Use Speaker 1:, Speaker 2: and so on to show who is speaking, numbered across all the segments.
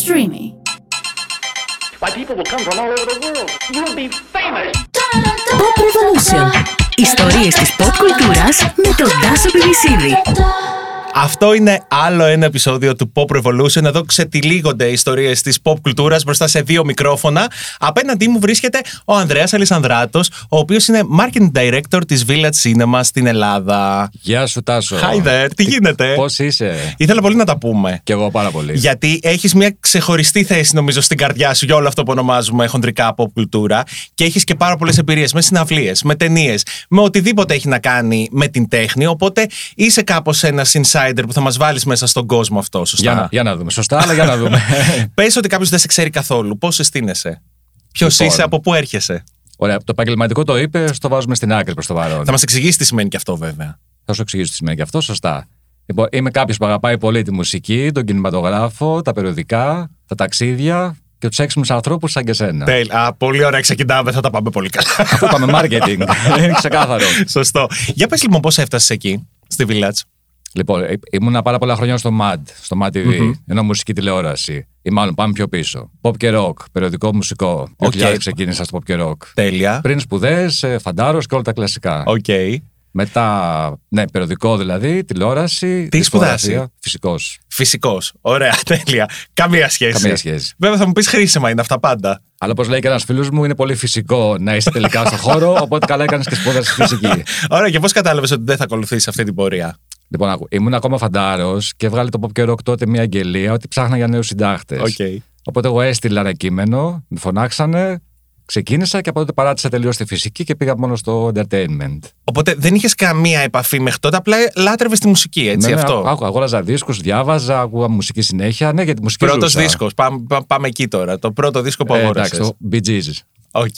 Speaker 1: Streamy.
Speaker 2: Why, people will come from all over the world. You'll be famous.
Speaker 3: Pop Revolution. Ιστορίες της pop κουλτούρας με τον Τάσο Πλησίδη.
Speaker 4: Αυτό είναι άλλο ένα επεισόδιο του Pop Revolution. Εδώ ξετυλίγονται οι ιστορίες της pop κουλτούρας μπροστά σε δύο μικρόφωνα. Απέναντί μου βρίσκεται ο Ανδρέας Αλισανδράτος, ο οποίος είναι marketing director της Village Cinema στην Ελλάδα.
Speaker 5: Γεια σου Τάσο.
Speaker 4: Hi there, τι γίνεται.
Speaker 5: Πώς είσαι.
Speaker 4: Ήθελα πολύ να τα πούμε.
Speaker 5: Κι εγώ πάρα πολύ.
Speaker 4: Γιατί έχεις μια ξεχωριστή θέση, νομίζω, στην καρδιά σου για όλο αυτό που ονομάζουμε χοντρικά pop κουλτούρα. Και έχεις και πάρα πολλές εμπειρίες με συναυλίες, με ταινίες, με οτιδήποτε έχει να κάνει με την τέχνη. Οπότε είσαι κάπως ένας insider που θα μας βάλεις μέσα στον κόσμο αυτό,
Speaker 5: Για, να-
Speaker 4: σωστά.
Speaker 5: για να δούμε. Σωστά, αλλά για να δούμε.
Speaker 4: Πες ότι κάποιος δεν σε ξέρει καθόλου. Πώς συστήνεσαι. Ποιος
Speaker 5: Λοιπόν.
Speaker 4: είσαι, από πού έρχεσαι.
Speaker 5: Ωραία, το επαγγελματικό το είπε, το βάζουμε στην άκρη προς το παρόν.
Speaker 4: Θα μας εξηγήσει τι σημαίνει και αυτό, βέβαια.
Speaker 5: Θα σου εξηγήσω τι σημαίνει και αυτό, σωστά. Λοιπόν, είμαι κάποιος που αγαπάει πολύ τη μουσική, τον κινηματογράφο, τα περιοδικά, τα ταξίδια και τους έξυπνους ανθρώπους σαν και σένα.
Speaker 4: Τέλεια. Α, πολύ ωραία, ξεκινάμε. Θα τα πάμε πολύ καλά.
Speaker 5: Αφού είπαμε marketing. Είναι ξεκάθαρο.
Speaker 4: Σωστό. Για πες λοιπόν πώς έφτασες εκεί, στη Village.
Speaker 5: Λοιπόν, ε, ήμουνα πάρα πολλά χρόνια στο MAD, στο MAD TV, ενώ μουσική τηλεόραση. Ή μάλλον πάμε πιο πίσω. Pop και rock, περιοδικό μουσικό.
Speaker 4: Οκ.
Speaker 5: Okay. ξεκίνησα στο pop και rock.
Speaker 4: Τέλεια.
Speaker 5: Πριν σπουδές, φαντάρος και όλα τα κλασικά.
Speaker 4: Οκ.
Speaker 5: Μετά, ναι, περιοδικό δηλαδή, τηλεόραση.
Speaker 4: Τι σπουδάσαι?
Speaker 5: Φυσικός.
Speaker 4: Φυσικός. Ωραία, τέλεια. Καμία σχέση.
Speaker 5: Καμία σχέση.
Speaker 4: Βέβαια θα μου πεις χρήσιμα είναι αυτά πάντα.
Speaker 5: Αλλά όπως λέει και ένας φίλος μου, είναι πολύ φυσικό να είσαι τελικά στον χώρο, οπότε καλά έκανες και σπούδασες φυσική.
Speaker 4: Ωραία, και πώς κατάλαβες ότι δεν θα ακολουθήσεις αυτή την πορεία.
Speaker 5: λοιπόν, άκου, ήμουν ακόμα φαντάρο και βγάλε το pop και rock τότε μια αγγελία ότι ψάχνα για νέους συντάκτε.
Speaker 4: Οκ.
Speaker 5: Οπότε εγώ έστειλα ένα κείμενο, με φωνάξανε, ξεκίνησα και από τότε παράτησα τελείως τη φυσική και πήγα μόνο στο entertainment.
Speaker 4: Οπότε δεν είχες καμία επαφή μέχρι τότε, απλά λάτρευες τη μουσική, έτσι
Speaker 5: Ναι, ναι,
Speaker 4: αυτό.
Speaker 5: άκου, αγόραζα δίσκους, διάβαζα, ακούγα μουσική συνέχεια. Ναι, για τη μουσική
Speaker 4: Πρώτος
Speaker 5: ζούσα.
Speaker 4: δίσκος. Πάμε, πά- πάμε εκεί τώρα. Το πρώτο δίσκο που
Speaker 5: Ε,
Speaker 4: αγόρασες.
Speaker 5: εντάξει, το Bee Gees.
Speaker 4: Οκ.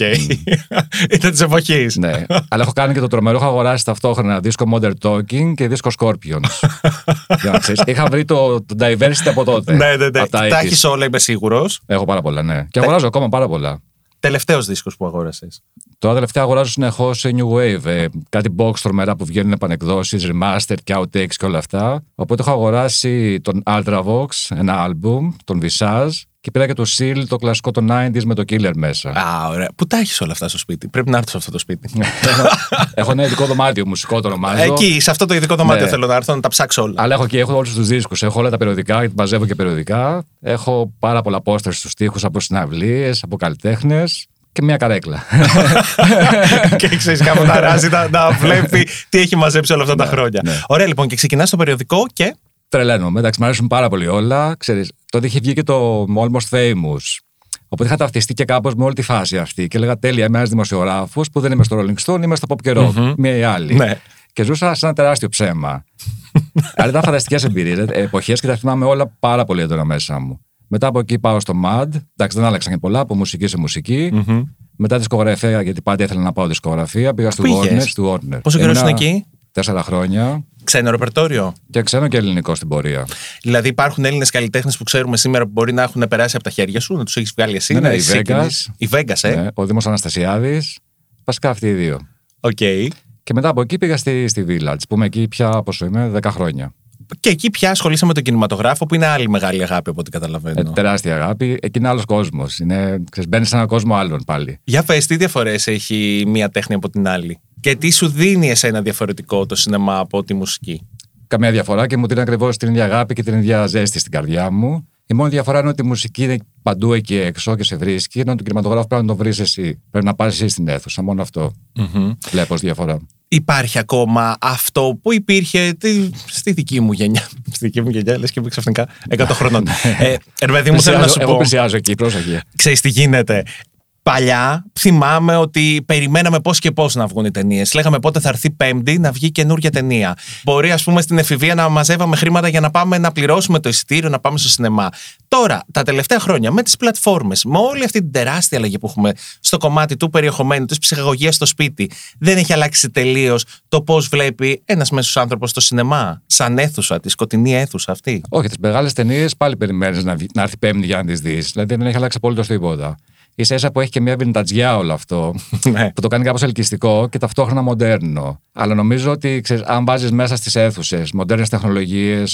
Speaker 4: Ήταν της εποχής.
Speaker 5: Ναι. Αλλά έχω κάνει και το τρομερό. Έχω αγοράσει ταυτόχρονα δίσκο Modern Talking και δίσκο Scorpions. Για να ξέρεις. Είχα βρει το, το diversity από τότε.
Speaker 4: Ναι, ναι, ναι.
Speaker 5: Από τα
Speaker 4: Τα
Speaker 5: 80s.
Speaker 4: έχεις όλα, είμαι σίγουρος.
Speaker 5: Έχω πάρα πολλά, ναι. Και αγοράζω ακόμα πάρα πολλά.
Speaker 4: Τελευταίος δίσκος που αγόρασες.
Speaker 5: Τώρα τελευταία αγοράζω συνεχώς New Wave. ε, κάτι box τρομερά που βγαίνουν επανεκδόσεις, remaster και outtakes και όλα αυτά. Οπότε έχω αγοράσει τον Ultravox, ένα album, τον Visage και πήρα και το Seal, το κλασικό των 90s με το Killer μέσα.
Speaker 4: Α, ωραία. Πού τα έχεις όλα αυτά στο σπίτι. Πρέπει να έρθω σε αυτό το σπίτι.
Speaker 5: έχω ένα ειδικό δωμάτιο, μουσικό το ονομάζω.
Speaker 4: Εκεί, σε αυτό το ειδικό δωμάτιο
Speaker 5: Ναι.
Speaker 4: θέλω να έρθω να τα ψάξω όλα.
Speaker 5: Αλλά έχω και έχω όλους τους δίσκους. Έχω όλα τα περιοδικά, γιατί μαζεύω και περιοδικά. Έχω πάρα πολλά πόστερ στου τοίχου από συναυλίες, από καλλιτέχνες και μια καρέκλα.
Speaker 4: και ξέρεις κάπου να ράζει, να, να βλέπει τι έχει μαζέψει όλα
Speaker 5: Ναι,
Speaker 4: αυτά τα χρόνια. Ωραία, λοιπόν, και ξεκινάς το περιοδικό και.
Speaker 5: Τρελαίνομαι. Εντάξει, μου αρέσουν πάρα πολύ όλα. Ξέρεις, τότε είχε βγει και το Almost Famous. Οπότε είχα ταυτιστεί και κάπως με όλη τη φάση αυτή. Και έλεγα τέλεια, είμαι ένας δημοσιογράφος που δεν είμαι στο Rolling Stone, είμαι στο Pop και Rock. Μία ή άλλη.
Speaker 4: Ναι.
Speaker 5: Και ζούσα σε ένα τεράστιο ψέμα. Αλλά ήταν φανταστικές εμπειρίες, εποχές και τα θυμάμαι όλα πάρα πολύ έντονα μέσα μου. Μετά από εκεί πάω στο MAD. Εντάξει, δεν άλλαξαν και πολλά, από μουσική σε μουσικη Μετά δισκογραφία, γιατί πάντα ήθελα να πάω δισκογραφία. Πήγα στο
Speaker 4: Πήγες?
Speaker 5: Warner. Στη Warner.
Speaker 4: Πόσο καιρό
Speaker 5: Έμεινα
Speaker 4: ήσουν εκεί?
Speaker 5: Τέσσερα χρόνια.
Speaker 4: Ξένο ρεπερτόριο.
Speaker 5: Και ξένο και ελληνικό στην πορεία.
Speaker 4: Δηλαδή, υπάρχουν Έλληνες καλλιτέχνες που ξέρουμε σήμερα που μπορεί να έχουν περάσει από τα χέρια σου, να τους έχεις βγάλει εσύ.
Speaker 5: Ναι,
Speaker 4: να
Speaker 5: ναι, η
Speaker 4: έχεις
Speaker 5: Vegas.
Speaker 4: ξεκινήσει. Η Vegas, ε.
Speaker 5: Ναι, ο Δήμος Αναστασιάδης. Βασικά αυτοί οι δύο.
Speaker 4: Οκ.
Speaker 5: Και μετά από εκεί πήγα στη, στη Village, που είμαι εκεί πια πόσο είμαι, 10 χρόνια.
Speaker 4: Και εκεί πια ασχολήσαμε με τον κινηματογράφο, που είναι άλλη μεγάλη αγάπη από ό,τι καταλαβαίνω.
Speaker 5: Ε, τεράστια αγάπη. Εκεί είναι άλλος κόσμος. Μπαίνεις σε έναν κόσμο άλλον πάλι.
Speaker 4: Για πες, τι διαφορές έχει μία τέχνη από την άλλη. Και τι σου δίνει εσένα διαφορετικό το σινεμά από τη μουσική.
Speaker 5: Καμία διαφορά και μου δίνει ακριβώς την ίδια αγάπη και την ίδια ζέστη στην καρδιά μου. Η μόνη διαφορά είναι ότι η μουσική είναι παντού εκεί έξω και σε βρίσκει, ενώ τον κινηματογράφος πρέπει να τον βρεις εσύ. Πρέπει να πάρει εσύ στην αίθουσα. Μόνο αυτό βλέπω ως διαφορά.
Speaker 4: Υπάρχει ακόμα αυτό που υπήρχε τη- στη δική μου γενιά. στη δική μου γενιά, λες και είμαι ξαφνικά 100 χρονών. ε, ρε παιδί μου, θέλω να
Speaker 5: Ναι, Πλησιάζω-
Speaker 4: σου
Speaker 5: εγώ
Speaker 4: πω.
Speaker 5: πλησιάζω εκεί, πρόσεχε.
Speaker 4: Ξέρεις τι γίνεται. Παλιά θυμάμαι ότι περιμέναμε πώς και πώς να βγουν οι ταινίες. Λέγαμε πότε θα έρθει Πέμπτη να βγει καινούργια ταινία. Μπορεί, ας πούμε, στην εφηβεία να μαζεύαμε χρήματα για να πάμε να πληρώσουμε το εισιτήριο, να πάμε στο σινεμά. Τώρα, τα τελευταία χρόνια, με τις πλατφόρμες, με όλη αυτή την τεράστια αλλαγή που έχουμε στο κομμάτι του περιεχομένου, της ψυχαγωγίας στο σπίτι, δεν έχει αλλάξει τελείως το πώς βλέπει ένας μέσος άνθρωπος το σινεμά. Σαν αίθουσα, τη σκοτεινή αίθουσα αυτή.
Speaker 5: Όχι, τις μεγάλες ταινίες πάλι περιμένεις να, βγει- να έρθει πέμπτη για να τις δεις. Δηλαδή δεν έχει αλλάξει απολύτως τίποτα. ίσα ίσα που έχει και μια βιντατζιά όλο αυτό.
Speaker 4: Ναι.
Speaker 5: που το κάνει κάπως ελκυστικό και ταυτόχρονα μοντέρνο. Αλλά νομίζω ότι ξέρεις, αν βάζεις μέσα στις αίθουσες μοντέρνες τεχνολογίες,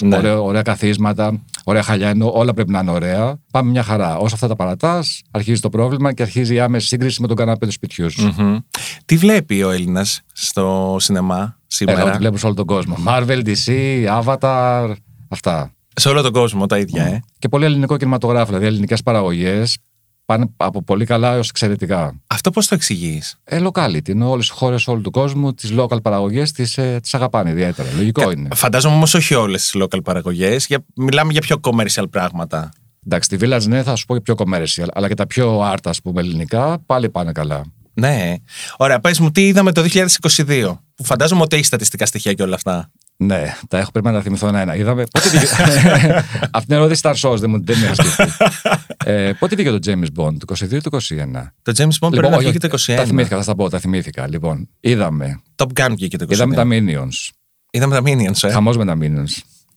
Speaker 4: Ναι.
Speaker 5: ωραία, ωραία καθίσματα, ωραία χαλιά, ενώ όλα πρέπει να είναι ωραία, πάμε μια χαρά. Όσο αυτά τα παρατάς, αρχίζει το πρόβλημα και αρχίζει η άμεση σύγκριση με τον καναπέ του σπιτιού σου.
Speaker 4: Μμμ. Τι βλέπει ο Έλληνας στο σινεμά
Speaker 5: Έλα,
Speaker 4: σήμερα.
Speaker 5: ό,τι βλέπουν σε όλο τον κόσμο. Marvel, DC, Avatar, αυτά.
Speaker 4: Σε όλο τον κόσμο τα ίδια, ε.
Speaker 5: Και πολύ ελληνικό κινηματογράφο, δηλαδή ελληνικές παραγωγές πάνε από πολύ καλά έως εξαιρετικά.
Speaker 4: Αυτό πώς το εξηγείς.
Speaker 5: Ε, locality, είναι όλες οι χώρες όλου του κόσμου, τις local παραγωγές τις ε, τις αγαπάνε ιδιαίτερα. Λογικό είναι.
Speaker 4: Φαντάζομαι όμως όχι όλες τις local παραγωγές. Για... Μιλάμε για πιο commercial πράγματα.
Speaker 5: Εντάξει, τη Village ναι, θα σου πω και πιο commercial, αλλά και τα πιο art, ας πούμε, ελληνικά, πάλι πάνε καλά.
Speaker 4: Ναι. Ωραία, πες μου, τι είδαμε το 2022. Που φαντάζομαι ότι έχει στατιστικά στοιχεία και όλα αυτά.
Speaker 5: Ναι, τα έχω πρέπει να θυμηθώ ένα-ένα. Είδαμε. Πότε βγήκε. Αυτή την ερώτηση ήταν σως, δεν μου την είχα σκεφτεί. ε, πότε βγήκε το James Bond, το 22 ή το 21.
Speaker 4: Το James Bond πρέπει να
Speaker 5: Λοιπόν, όχι,
Speaker 4: βγει και το
Speaker 5: όχι,
Speaker 4: 21.
Speaker 5: Τα θυμήθηκα, θα στα πω, τα θυμήθηκα. Λοιπόν, είδαμε.
Speaker 4: Top Gun βγήκε το 21.
Speaker 5: Είδαμε τα Minions.
Speaker 4: Είδαμε τα Minions, ε.
Speaker 5: Χαμός με τα Minions.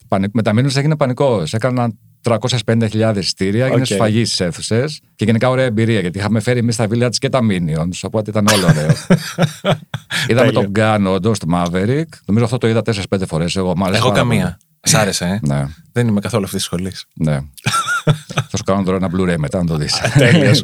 Speaker 5: Πανε- Με τα Minions έγινε πανικός. Έκαναν 350.000 εισιτήρια, έγινε
Speaker 4: Οκ.
Speaker 5: σφαγής στις αίθουσες και γενικά ωραία εμπειρία γιατί είχαμε φέρει εμείς τα Village και τα Minions, οπότε ήταν όλο ωραίο. Είδαμε
Speaker 4: Τέλειο.
Speaker 5: τον Gun, όντως, το Maverick. Νομίζω αυτό το είδα 4-5 φορέ. Εγώ, μ' άρεσε
Speaker 4: Εγώ
Speaker 5: πάρα πολύ.
Speaker 4: καμία. Σ' άρεσε, ε.
Speaker 5: Ναι,
Speaker 4: Δεν είμαι καθόλου αυτής της σχολής.
Speaker 5: ναι. θα σου κάνω τώρα ένα Blu-ray μετά, να το δει.
Speaker 4: τέλεια.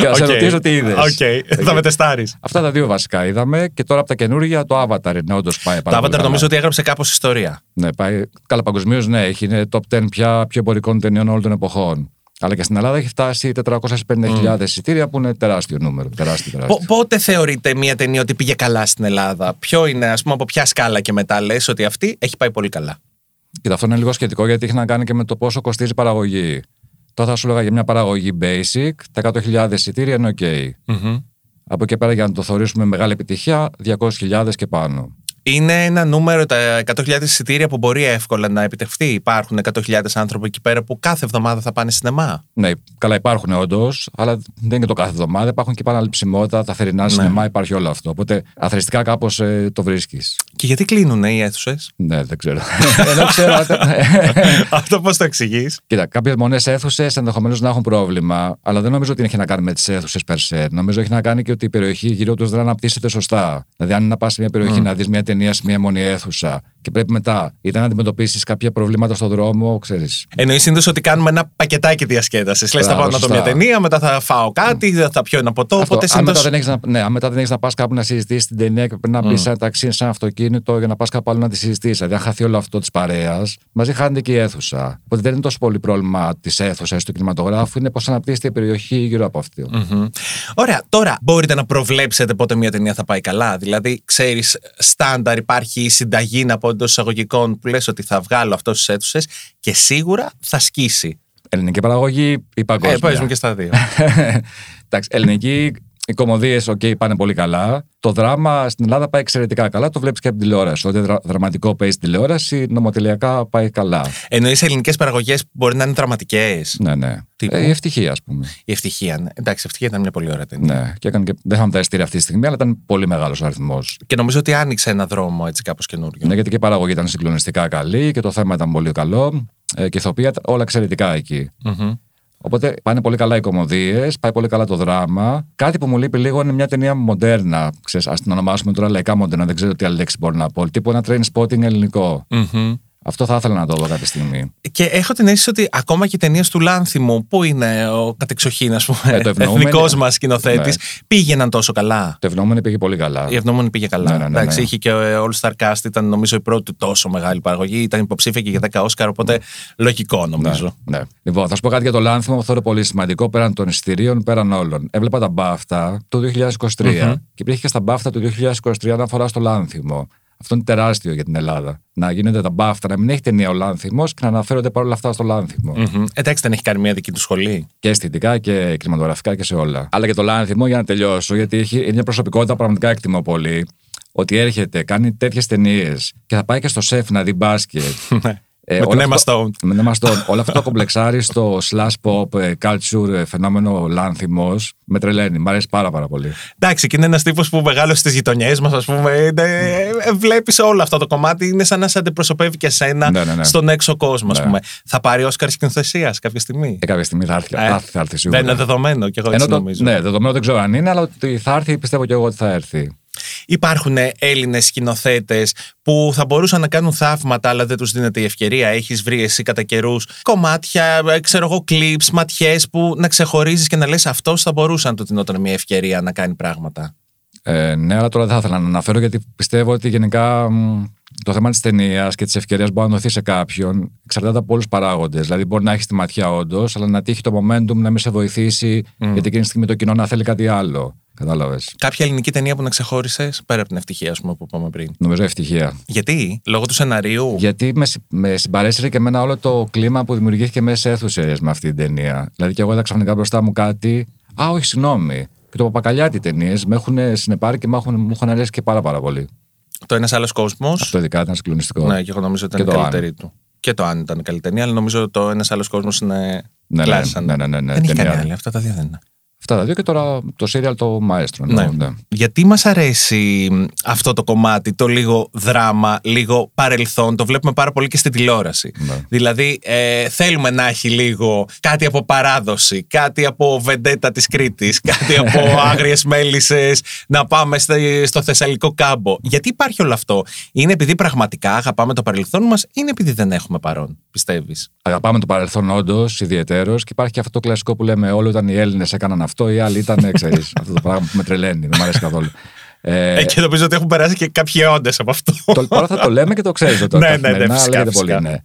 Speaker 5: και θα σε ρωτήσω τι είδες.
Speaker 4: Οκ, θα με τεστάρεις.
Speaker 5: Αυτά τα δύο βασικά είδαμε και τώρα από τα καινούργια το Avatar είναι όντως πάει
Speaker 4: Το
Speaker 5: πάρα πολύ
Speaker 4: Avatar
Speaker 5: καλά.
Speaker 4: νομίζω ότι έγραψε κάπως ιστορία.
Speaker 5: Ναι, πάει. Καλά, παγκοσμίως ναι, έχει είναι top 10 πια πιο εμπορικών ταινιών όλων των εποχών. Αλλά και στην Ελλάδα έχει φτάσει 450.000 εισιτήρια που είναι τεράστιο νούμερο. Τεράστιο, τεράστιο.
Speaker 4: Πο- πότε θεωρείτε μια ταινία ότι πήγε καλά στην Ελλάδα, Ποιο είναι, ας πούμε, από ποια σκάλα και μετά λες ότι αυτή έχει πάει πολύ καλά.
Speaker 5: Κοίτα, αυτό είναι λίγο σχετικό γιατί έχει να κάνει και με το πόσο κοστίζει η παραγωγή. Τώρα θα σου λέγα για μια παραγωγή basic, τα 100.000 εισιτήρια είναι OK. Από εκεί πέρα για να το θεωρήσουμε μεγάλη επιτυχία, 200.000 και πάνω.
Speaker 4: Είναι ένα νούμερο, τα 100.000 εισιτήρια που μπορεί εύκολα να επιτευχθεί. Υπάρχουν 100.000 άνθρωποι εκεί πέρα που κάθε εβδομάδα θα πάνε σινεμά.
Speaker 5: Ναι, καλά υπάρχουν όντως, αλλά δεν είναι και το κάθε εβδομάδα. Υπάρχουν και η επαναληψιμότητα, τα θερινά σινεμά, υπάρχει όλο αυτό. Οπότε αθρηστικά κάπως το βρίσκεις.
Speaker 4: Και γιατί κλείνουν οι αίθουσες.
Speaker 5: Ναι, δεν ξέρω. Ε, δεν ξέρω.
Speaker 4: Αυτό πώς το εξηγείς.
Speaker 5: Κοίτα, κάποιες μονές αίθουσες ενδεχομένως να έχουν πρόβλημα, αλλά δεν νομίζω ότι έχει να κάνει με τις αίθουσες περσέ. Νομίζω έχει να κάνει και ότι η περιοχή γύρω τους δεν αναπτύσσεται σωστά. Δηλαδή, αν είναι να πας σε μια περιοχή να δεις μια ταινίας σε μια μονή αίθουσα και πρέπει μετά είτε να αντιμετωπίσεις κάποια προβλήματα στον δρόμο, ξέρεις.
Speaker 4: Εννοείς συνήθως ότι κάνουμε ένα πακετάκι διασκέδασης. Λες, θα
Speaker 5: Μπράβο,
Speaker 4: πάω να δω
Speaker 5: σωστά.
Speaker 4: μια ταινία, μετά θα φάω κάτι, θα πιω ένα ποτό. Οπότε
Speaker 5: αν μετά
Speaker 4: συνήθως.
Speaker 5: δεν έχεις να, ναι, αν μετά δεν έχεις να πας κάπου να συζητήσεις την ταινία και πρέπει να
Speaker 4: Mm.
Speaker 5: μπεις σε ένα ταξί, σε ένα αυτοκίνητο για να πας κάπου άλλο να τη συζητήσεις. Δηλαδή, αν χαθεί όλο αυτό της παρέας, μαζί χάνεται και η αίθουσα. Οπότε δεν είναι τόσο πολύ πρόβλημα της αίθουσας του κινηματογράφου, είναι πώ αναπτύσσεται η περιοχή γύρω από αυτή.
Speaker 4: Μμμ. Ωραία, τώρα μπορείτε να προβλέψετε πότε μια ταινία θα πάει καλά. Δηλαδή, ξέρεις, στάνταρ υπάρχει η συνταγή να πω εντός εισαγωγικών που λες ότι θα βγάλω αυτός στι αίθουσες και σίγουρα θα σκίσει.
Speaker 5: Ελληνική παραγωγή ή
Speaker 4: Ε,
Speaker 5: παγκόσμια.
Speaker 4: παίζουν και στα δύο.
Speaker 5: Εντάξει, ελληνική, οι κομμωδίες, οκ, πάνε πολύ καλά. Το δράμα στην Ελλάδα πάει εξαιρετικά καλά. Το βλέπεις και από την τηλεόραση. Ό,τι δρα, δραματικό παίζει στην τηλεόραση, νομοτελειακά πάει καλά.
Speaker 4: Εννοείς ελληνικές παραγωγές που μπορεί να είναι δραματικές.
Speaker 5: Ναι, ναι.
Speaker 4: Τύπου.
Speaker 5: Ε, η ευτυχία, ας πούμε.
Speaker 4: Η ευτυχία. Ναι. Εντάξει, η ευτυχία ήταν μια πολύ ωραία ταινία.
Speaker 5: Ναι. Και έκανε και, δεν είχαμε τα εστία αυτή τη στιγμή, αλλά ήταν πολύ μεγάλος αριθμός.
Speaker 4: Και νομίζω ότι άνοιξε ένα δρόμο έτσι κάπως καινούριο.
Speaker 5: Ναι, γιατί και η παραγωγή ήταν συγκλονιστικά καλή και το θέμα ήταν πολύ καλό. Ε, και η ηθοποιία, όλα εξαιρετικά εκεί.
Speaker 4: Μμμ.
Speaker 5: Οπότε πάνε πολύ καλά οι κομμωδίες, πάει πολύ καλά το δράμα. Κάτι που μου λείπει λίγο είναι μια ταινία μοντέρνα. Ξέρεις, ας την ονομάσουμε τώρα λαϊκά μοντέρνα, δεν ξέρω τι άλλη λέξη μπορεί να πω. Τύπου ένα train spotting ελληνικό.
Speaker 4: Μμμ.
Speaker 5: Αυτό θα ήθελα να το δω κάποια στιγμή.
Speaker 4: Και έχω την αίσθηση ότι ακόμα και οι ταινίες του Λάνθιμου, που είναι ο κατεξοχήν, ας πούμε,
Speaker 5: Ε, το Ευνοούμενη.
Speaker 4: εθνικός μας σκηνοθέτης, πήγαιναν τόσο καλά.
Speaker 5: Το ευνόμενο πήγε πολύ καλά.
Speaker 4: Η Ευνόμονη πήγε καλά.
Speaker 5: Ναι, ναι, ναι,
Speaker 4: Εντάξει,
Speaker 5: ναι.
Speaker 4: είχε και ο All Star Cast, ήταν νομίζω η πρώτη του τόσο μεγάλη παραγωγή. Ήταν υποψήφια και για 10 Όσκαρ, οπότε λογικό νομίζω.
Speaker 5: Ναι. Λοιπόν, θα σου πω κάτι για το λάνθιμο που θεωρώ πολύ σημαντικό πέραν των εισιτηρίων, πέραν όλων. Έβλεπα τα μπάφτα το 2023 και υπήρχε και στα μπάφτα του 2023 αναφορά στο λάνθιμο. Αυτό είναι τεράστιο για την Ελλάδα. Να γίνονται τα μπάφτα, να μην έχει ταινία ο λάνθιμο και να αναφέρονται παρόλα αυτά στο λάνθιμο.
Speaker 4: Μμμ. Ε, Εντάξει, δεν έχει κάνει μια δική του σχολή.
Speaker 5: και αισθητικά και κινηματογραφικά και σε όλα. Αλλά και το λάνθιμο για να τελειώσω, γιατί έχει είναι μια προσωπικότητα που πραγματικά εκτιμώ πολύ. Ότι έρχεται, κάνει τέτοιες ταινίες και θα πάει και στο σεφ να δει μπάσκετ. Ε,
Speaker 4: Με
Speaker 5: όλο
Speaker 4: τον
Speaker 5: αυτό-
Speaker 4: Emma Stone.
Speaker 5: Με τον Emma Stone. Όλο αυτό το κομπλεξάρι στο slash pop ε, culture ε, φαινόμενο λάνθιμος με τρελαίνει. Μ' αρέσει πάρα πάρα πολύ.
Speaker 4: Εντάξει, και είναι ένας τύπος που μεγάλωσε στι γειτονιές μας, ας πούμε. Βλέπεις όλο αυτό το κομμάτι. Είναι σαν να σε αντιπροσωπεύει και σένα
Speaker 5: Ναι, ναι, ναι.
Speaker 4: στον έξω κόσμο, ας
Speaker 5: Ναι.
Speaker 4: πούμε. Θα πάρει Όσκαρ σκηνοθεσίας κάποια στιγμή.
Speaker 5: Ε, κάποια στιγμή θα έρθει, θα έρθει, θα έρθει σίγουρα.
Speaker 4: Δεν είναι δεδομένο και εγώ έτσι
Speaker 5: το,
Speaker 4: νομίζω.
Speaker 5: ναι, δεδομένο δεν ξέρω αν είναι, αλλά ότι θα έρθει πιστεύω και εγώ ότι θα έρθει.
Speaker 4: Υπάρχουν Έλληνες σκηνοθέτες που θα μπορούσαν να κάνουν θαύματα, αλλά δεν τους δίνεται η ευκαιρία. Έχεις βρει εσύ κατά καιρούς κομμάτια, ε, ξέρω εγώ, κλειπ, ματιές που να ξεχωρίζεις και να λες αυτός θα μπορούσε να του δινόταν μια ευκαιρία να κάνει πράγματα.
Speaker 5: Ε, ναι, αλλά τώρα δεν θα ήθελα να αναφέρω γιατί πιστεύω ότι γενικά μ, το θέμα της ταινίας και της ευκαιρίας μπορεί να δοθεί σε κάποιον εξαρτάται από πολλούς παράγοντες. Δηλαδή, μπορεί να έχεις τη ματιά όντως, αλλά να τύχει το momentum να μην σε βοηθήσει,
Speaker 4: Mm.
Speaker 5: γιατί εκείνη τη στιγμή το κοινό να θέλει κάτι άλλο. Κατάλαβες.
Speaker 4: Κάποια ελληνική ταινία που να ξεχώρισες, πέρα από την ευτυχία, ας πούμε, που είπαμε πριν.
Speaker 5: Νομίζω ευτυχία.
Speaker 4: Γιατί, λόγω του σεναρίου.
Speaker 5: Γιατί με, συ- με συμπαρέστησε και εμένα όλο το κλίμα που δημιουργήθηκε μέσα σε αίθουσες με αυτή την ταινία. Δηλαδή, και εγώ είδα ξαφνικά μπροστά μου κάτι. Α, όχι, συγγνώμη. Και το παπακαλιάτι ταινίες με έχουν συνεπάρει και μ' έχουν- μου έχουν αρέσει και πάρα, πάρα πολύ.
Speaker 4: Το ένας άλλος κόσμος.
Speaker 5: Αυτό ειδικά ήταν συγκλονιστικό.
Speaker 4: Ναι, και εγώ νομίζω ότι
Speaker 5: Και
Speaker 4: ήταν η
Speaker 5: το
Speaker 4: καλύτερη του. Και το αν ήταν η καλύτερη ταινία, αλλά νομίζω το ένας άλλος κόσμος είναι.
Speaker 5: Ναι, ναι,
Speaker 4: κλάσσαν.
Speaker 5: ναι, ναι, ναι, ναι,
Speaker 4: δεν έχει
Speaker 5: ταινία.
Speaker 4: κανένα άλλη. Αυτά τα δύο δεν είναι.
Speaker 5: Αυτά τα δύο και τώρα το σύριαλ το μαέστρο.
Speaker 4: Ναι.
Speaker 5: Ναι. ναι.
Speaker 4: Γιατί μας αρέσει μ, αυτό το κομμάτι, το λίγο δράμα, λίγο παρελθόν, το βλέπουμε πάρα πολύ και στην τηλεόραση.
Speaker 5: Ναι.
Speaker 4: Δηλαδή ε, θέλουμε να έχει λίγο κάτι από παράδοση, κάτι από βεντέτα της Κρήτης, κάτι από άγριες μέλισσες, να πάμε στη- στο Θεσσαλικό κάμπο. Γιατί υπάρχει όλο αυτό. Είναι επειδή πραγματικά αγαπάμε το παρελθόν μας, είναι επειδή δεν έχουμε παρόν, πιστεύεις.
Speaker 5: Αγαπάμε το παρελθόν όντως, ιδιαίτερο. Και υπάρχει και αυτό το κλασικό που λέμε: Όλοι ήταν οι Έλληνες έκαναν αυτό, οι άλλοι ήταν, ξέρεις. αυτό το πράγμα που με τρελαίνει, δεν μου αρέσει καθόλου. Ε,
Speaker 4: Ε, και νομίζω ότι έχουν περάσει και κάποιοι όντες από αυτό.
Speaker 5: το, παρά θα το λέμε και το ξέρετε τώρα.
Speaker 4: Ναι, ναι, ναι,
Speaker 5: καθημερινά,
Speaker 4: φυσικά,
Speaker 5: λέγεται
Speaker 4: φυσικά.
Speaker 5: Πολύ, ναι.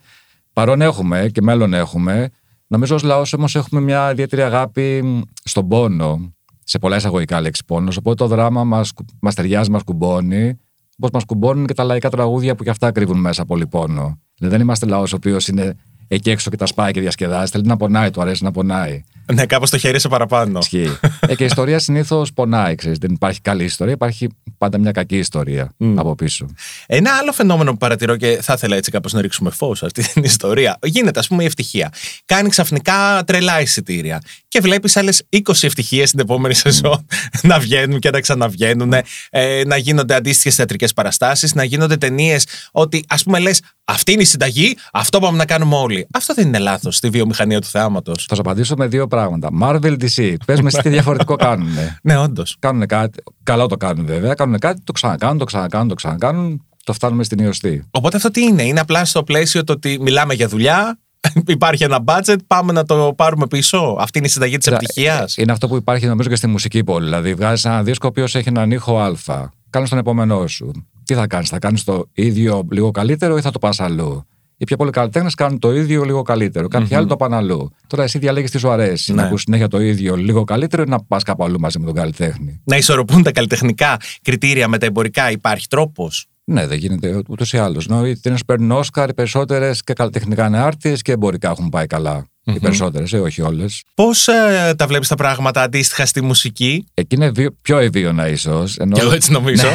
Speaker 5: Παρόν έχουμε και μέλλον έχουμε. Νομίζω ως λαός όμως έχουμε μια ιδιαίτερη αγάπη μ, στον πόνο. Σε πολλά εισαγωγικά λέξη πόνος. Οπότε το δράμα μας μας ταιριάζει, μας κουμπώνει. Όπως μας κουμπώνουν και τα λαϊκά τραγούδια που και αυτά κρύβουν μέσα πολύ πόνο. Δηλαδή δεν είμαστε λαός ο οποίος είναι εκεί έξω και τα σπάει και διασκεδάζει. Θέλει να πονάει, του αρέσει να πονάει.
Speaker 4: ναι, κάπως το χαίρεσαι παραπάνω.
Speaker 5: Ισχύει. ε, και η ιστορία συνήθως πονάει, ξέρεις. Δεν υπάρχει καλή ιστορία, υπάρχει πάντα μια κακή ιστορία από πίσω.
Speaker 4: Ένα άλλο φαινόμενο που παρατηρώ και θα ήθελα έτσι κάπως να ρίξουμε φως σε αυτή την ιστορία. Γίνεται, ας πούμε, η ευτυχία. Κάνει ξαφνικά τρελά εισιτήρια. Και βλέπεις άλλες 20 ευτυχίες την επόμενη σεζόν να βγαίνουν και να ξαναβγαίνουν, ε, να γίνονται αντίστοιχες θεατρικές παραστάσεις, να γίνονται ταινίες ότι, ας πούμε, λες αυτή είναι η συνταγή, αυτό πάμε να κάνουμε όλοι. Αυτό δεν είναι λάθος στη βιομηχανία του θεάματος.
Speaker 5: Θα σου απαντήσω με δύο πράγματα. Marvel DC. Πες με εσύ τι διαφορετικό κάνουν.
Speaker 4: Ναι, όντως.
Speaker 5: κάνουν κάτι. Καλό το κάνουν βέβαια. Κάνουν κάτι, το ξανακάνουν, το ξανακάνουν, το ξανακάνουν. Το φτάνουμε στην ιωστή.
Speaker 4: Οπότε αυτό τι είναι, είναι απλά στο πλαίσιο το ότι μιλάμε για δουλειά, υπάρχει ένα budget, πάμε να το πάρουμε πίσω. Αυτή είναι η συνταγή
Speaker 5: Ναι,
Speaker 4: τη επιτυχία.
Speaker 5: Είναι αυτό που υπάρχει νομίζω και στη μουσική πόλη. Δηλαδή, βγάζεις ένα δίσκο ο οποίος έχει έναν ήχο Α. Κάνει τον επόμενό σου. Τι θα κάνεις, θα κάνεις το ίδιο λίγο καλύτερο ή θα το πας αλλού. Οι πιο πολλοί καλλιτέχνες κάνουν το ίδιο λίγο καλύτερο. Κάποιοι άλλοι το πάνε αλλού. Τώρα εσύ διαλέγεις τι σου αρέσει.
Speaker 4: Ναι.
Speaker 5: Να ακούς συνέχεια το ίδιο λίγο καλύτερο ή να πας κάπου αλλού μαζί με τον καλλιτέχνη.
Speaker 4: Να ισορροπούν τα καλλιτεχνικά κριτήρια με τα εμπορικά, υπάρχει τρόπος.
Speaker 5: Ναι, δεν γίνεται ούτως ή άλλως. Ενώ οι ταινίες παίρνουν Όσκαρ, οι περισσότερες και καλλιτεχνικά είναι άρτιε και εμπορικά έχουν πάει καλά. Οι περισσότερες, ε, όχι όλες.
Speaker 4: Πώς ε, τα βλέπεις τα πράγματα αντίστοιχα στη μουσική,
Speaker 5: Εκεί είναι βιο- πιο ευίωνα ίσως. Ενώ...
Speaker 4: και εγώ έτσι νομίζω.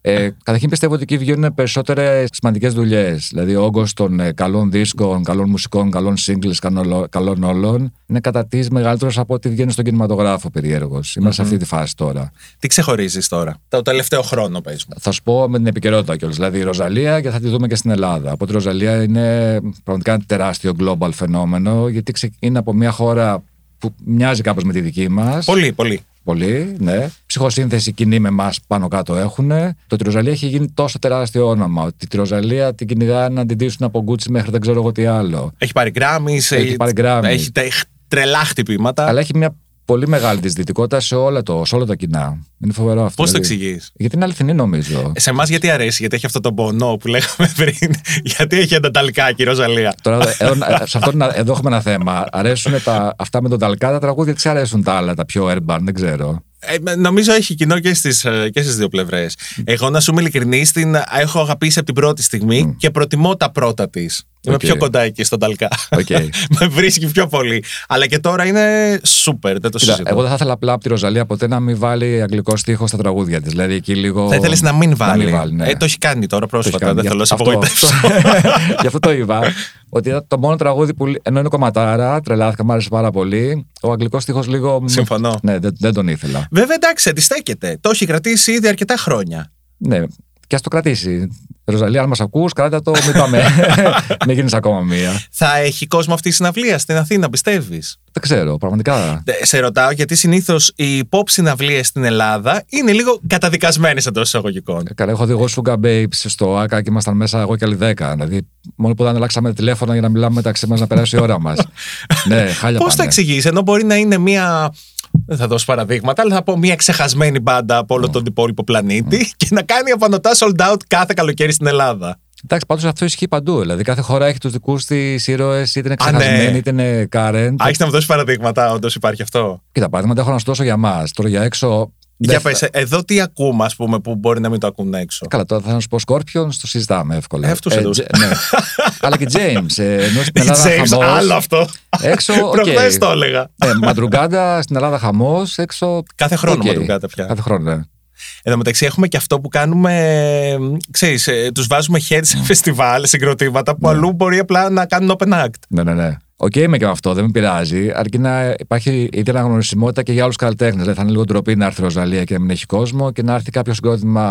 Speaker 5: Ε, καταρχήν πιστεύω ότι εκεί βγαίνουν περισσότερες σημαντικές δουλειές. Δηλαδή, ο όγκος των ε, καλών δίσκων, καλών μουσικών, καλών singles, καλών, καλών όλων είναι κατά της μεγαλύτερος από ό,τι βγαίνει στον κινηματογράφο περίεργος. Είμαστε σε αυτή τη φάση τώρα.
Speaker 4: τι ξεχωρίζεις τώρα, το τελευταίο χρόνο παίζουμε.
Speaker 5: θα σου πω με την επικαιρότητα κιόλας. Δηλαδή η Ροζαλία και θα τη δούμε και στην Ελλάδα. Οπότε η Ροζαλία είναι πραγματικά ένα τεράστιο global φαινόμενο, γιατί ξε- είναι από μια χώρα που μοιάζει κάπως με τη δική μας.
Speaker 4: Πολύ, πολύ.
Speaker 5: Πολύ, ναι. Ψυχοσύνθεση κοινή με εμάς πάνω κάτω έχουν. Το ότι η Ροζαλία έχει γίνει τόσο τεράστιο όνομα. Ότι τη Ροζαλία την κυνηγάνε να την τύσουν από γκούτσι μέχρι δεν ξέρω εγώ τι άλλο.
Speaker 4: Έχει πάρει Grammys,
Speaker 5: Έχει πάρει Grammys.
Speaker 4: έχει τε- τρελά χτυπήματα.
Speaker 5: Αλλά έχει μια πολύ μεγάλη της δυτικότητα σε όλα, το, σε όλα τα κοινά. Είναι φοβερό αυτό.
Speaker 4: Πώς το
Speaker 5: δηλαδή.
Speaker 4: εξηγείς.
Speaker 5: Γιατί είναι αληθινή νομίζω.
Speaker 4: Σε εμάς γιατί αρέσει, γιατί έχει αυτό το μπονό που λέγαμε πριν. γιατί έχει ένα ταλκάκι η Ροζαλία.
Speaker 5: Τώρα, εδώ, σε αυτό, είναι- εδώ έχουμε ένα θέμα. Αρέσουν τα, αυτά με τον Ταλκά τα τραγούδια, τις αρέσουν τα άλλα, τα πιο urban, δεν ξέρω.
Speaker 4: Ε, με- νομίζω έχει κοινό και στις, ε, και στις δύο πλευρές. Εγώ να σου είμαι ειλικρινής, την έχω αγαπήσει από την πρώτη στιγμή και προτιμώ τα πρώτα της. Είμαι
Speaker 5: Mm. Οκ.
Speaker 4: πιο κοντά εκεί στον Ταλκά.
Speaker 5: Οκ.
Speaker 4: με βρίσκει πιο πολύ. Αλλά και τώρα είναι σούπερ, δεν το
Speaker 5: Κοίτα,
Speaker 4: συζητώ.
Speaker 5: εγώ δεν θα ήθελα απλά από τη Ροζαλία ποτέ να μην βάλει αγγλικό στίχο στα τραγούδια της. Δηλαδή εκεί λίγο.
Speaker 4: Θα ήθελες να μην βάλει.
Speaker 5: ναι.
Speaker 4: ε, το έχει κάνει τώρα
Speaker 5: Το έχει
Speaker 4: πρόσφατα. Δεν
Speaker 5: κάνει. Γι'
Speaker 4: θέλω να σε
Speaker 5: αυτό-
Speaker 4: απογοητεύσω.
Speaker 5: Γι' αυτό το είπα. Ότι το μόνο τραγούδι που. ενώ είναι κομματάρα, τρελάθηκα, μου άρεσε πάρα πολύ. Ο αγγλικός στίχος λίγο. μου-
Speaker 4: Συμφωνώ.
Speaker 5: Ναι, δεν, δεν τον ήθελα.
Speaker 4: Βέβαια εντάξει, αντιστέκεται. Το έχει κρατήσει ήδη αρκετά χρόνια.
Speaker 5: Ναι, και ας το κρατήσει. Ροζαλία, αν μας ακούς, κράτα το, μην πάμε. μην γίνεις ακόμα μία.
Speaker 4: Θα έχει κόσμο αυτή η συναυλία στην Αθήνα, πιστεύεις.
Speaker 5: Δεν ξέρω, πραγματικά.
Speaker 4: Ε, Σε ρωτάω γιατί συνήθως οι pop συναυλίες στην Ελλάδα είναι λίγο καταδικασμένες εντός εισαγωγικών.
Speaker 5: Καλά, έχω δει εγώ Sugar Babes στο ΑΚΑ και ήμασταν μέσα εγώ και άλλοι 10. Δηλαδή, μόνο που δεν αλλάξαμε τηλέφωνα για να μιλάμε μεταξύ μας να περάσει η ώρα μας. ναι, χάλια
Speaker 4: Πώς
Speaker 5: πάνε.
Speaker 4: θα εξηγήσει, ενώ μπορεί να είναι μία. Δεν θα δώσω παραδείγματα, αλλά θα πω μία ξεχασμένη μπάντα από
Speaker 5: Ναι.
Speaker 4: όλο τον υπόλοιπο πλανήτη και να κάνει απανοτά sold out κάθε καλοκαίρι στην Ελλάδα.
Speaker 5: Εντάξει, πάντως αυτό ισχύει παντού. Δηλαδή, κάθε χώρα έχει τους δικούς της ήρωες, είτε είναι
Speaker 4: Α, ναι.
Speaker 5: ξεχασμένοι, είτε είναι current.
Speaker 4: Α, έχει να μου δώσεις παραδείγματα, όντως υπάρχει αυτό.
Speaker 5: Κοίτα, παραδείγματα έχω να σου δώσω για μας. Τώρα για έξω. δεν
Speaker 4: Για
Speaker 5: θα-
Speaker 4: πες, ε, εδώ τι ακούμε, ας πούμε, που μπορεί να μην το ακούν έξω.
Speaker 5: Καλά, τώρα θα σου πω Σκόρπιον, το συζητάμε εύκολα.
Speaker 4: Ε, αυτούς εδώ.
Speaker 5: Τζε- ναι. Αλλά και James. Ε, ενώ στην
Speaker 4: Τι
Speaker 5: Ελλάδα
Speaker 4: James,
Speaker 5: χαμός.
Speaker 4: άλλο αυτό.
Speaker 5: Έξω, οκ.
Speaker 4: Προχθές το έλεγα.
Speaker 5: Ε, μαντρουγκάντα στην Ελλάδα χαμός, έξω.
Speaker 4: Κάθε χρόνο
Speaker 5: οκ.
Speaker 4: μαντρουγκάντα πια.
Speaker 5: Κάθε χρόνο, ναι.
Speaker 4: Εν τω μεταξύ έχουμε και αυτό που κάνουμε, ε, ξέρεις, ε, τους βάζουμε head σε φεστιβάλ, συγκροτήματα που αλλού μπορεί απλά να κάνουν open act.
Speaker 5: Ναι, ναι, ναι. Οκ, είμαι και με αυτό, δεν με πειράζει. Αρκεί να υπάρχει η ίδια αναγνωρισιμότητα και για άλλους καλλιτέχνες. Δηλαδή, θα είναι λίγο ντροπή να έρθει η Ροζαλία και να μην έχει κόσμο και να έρθει κάποιος συγκρότημα.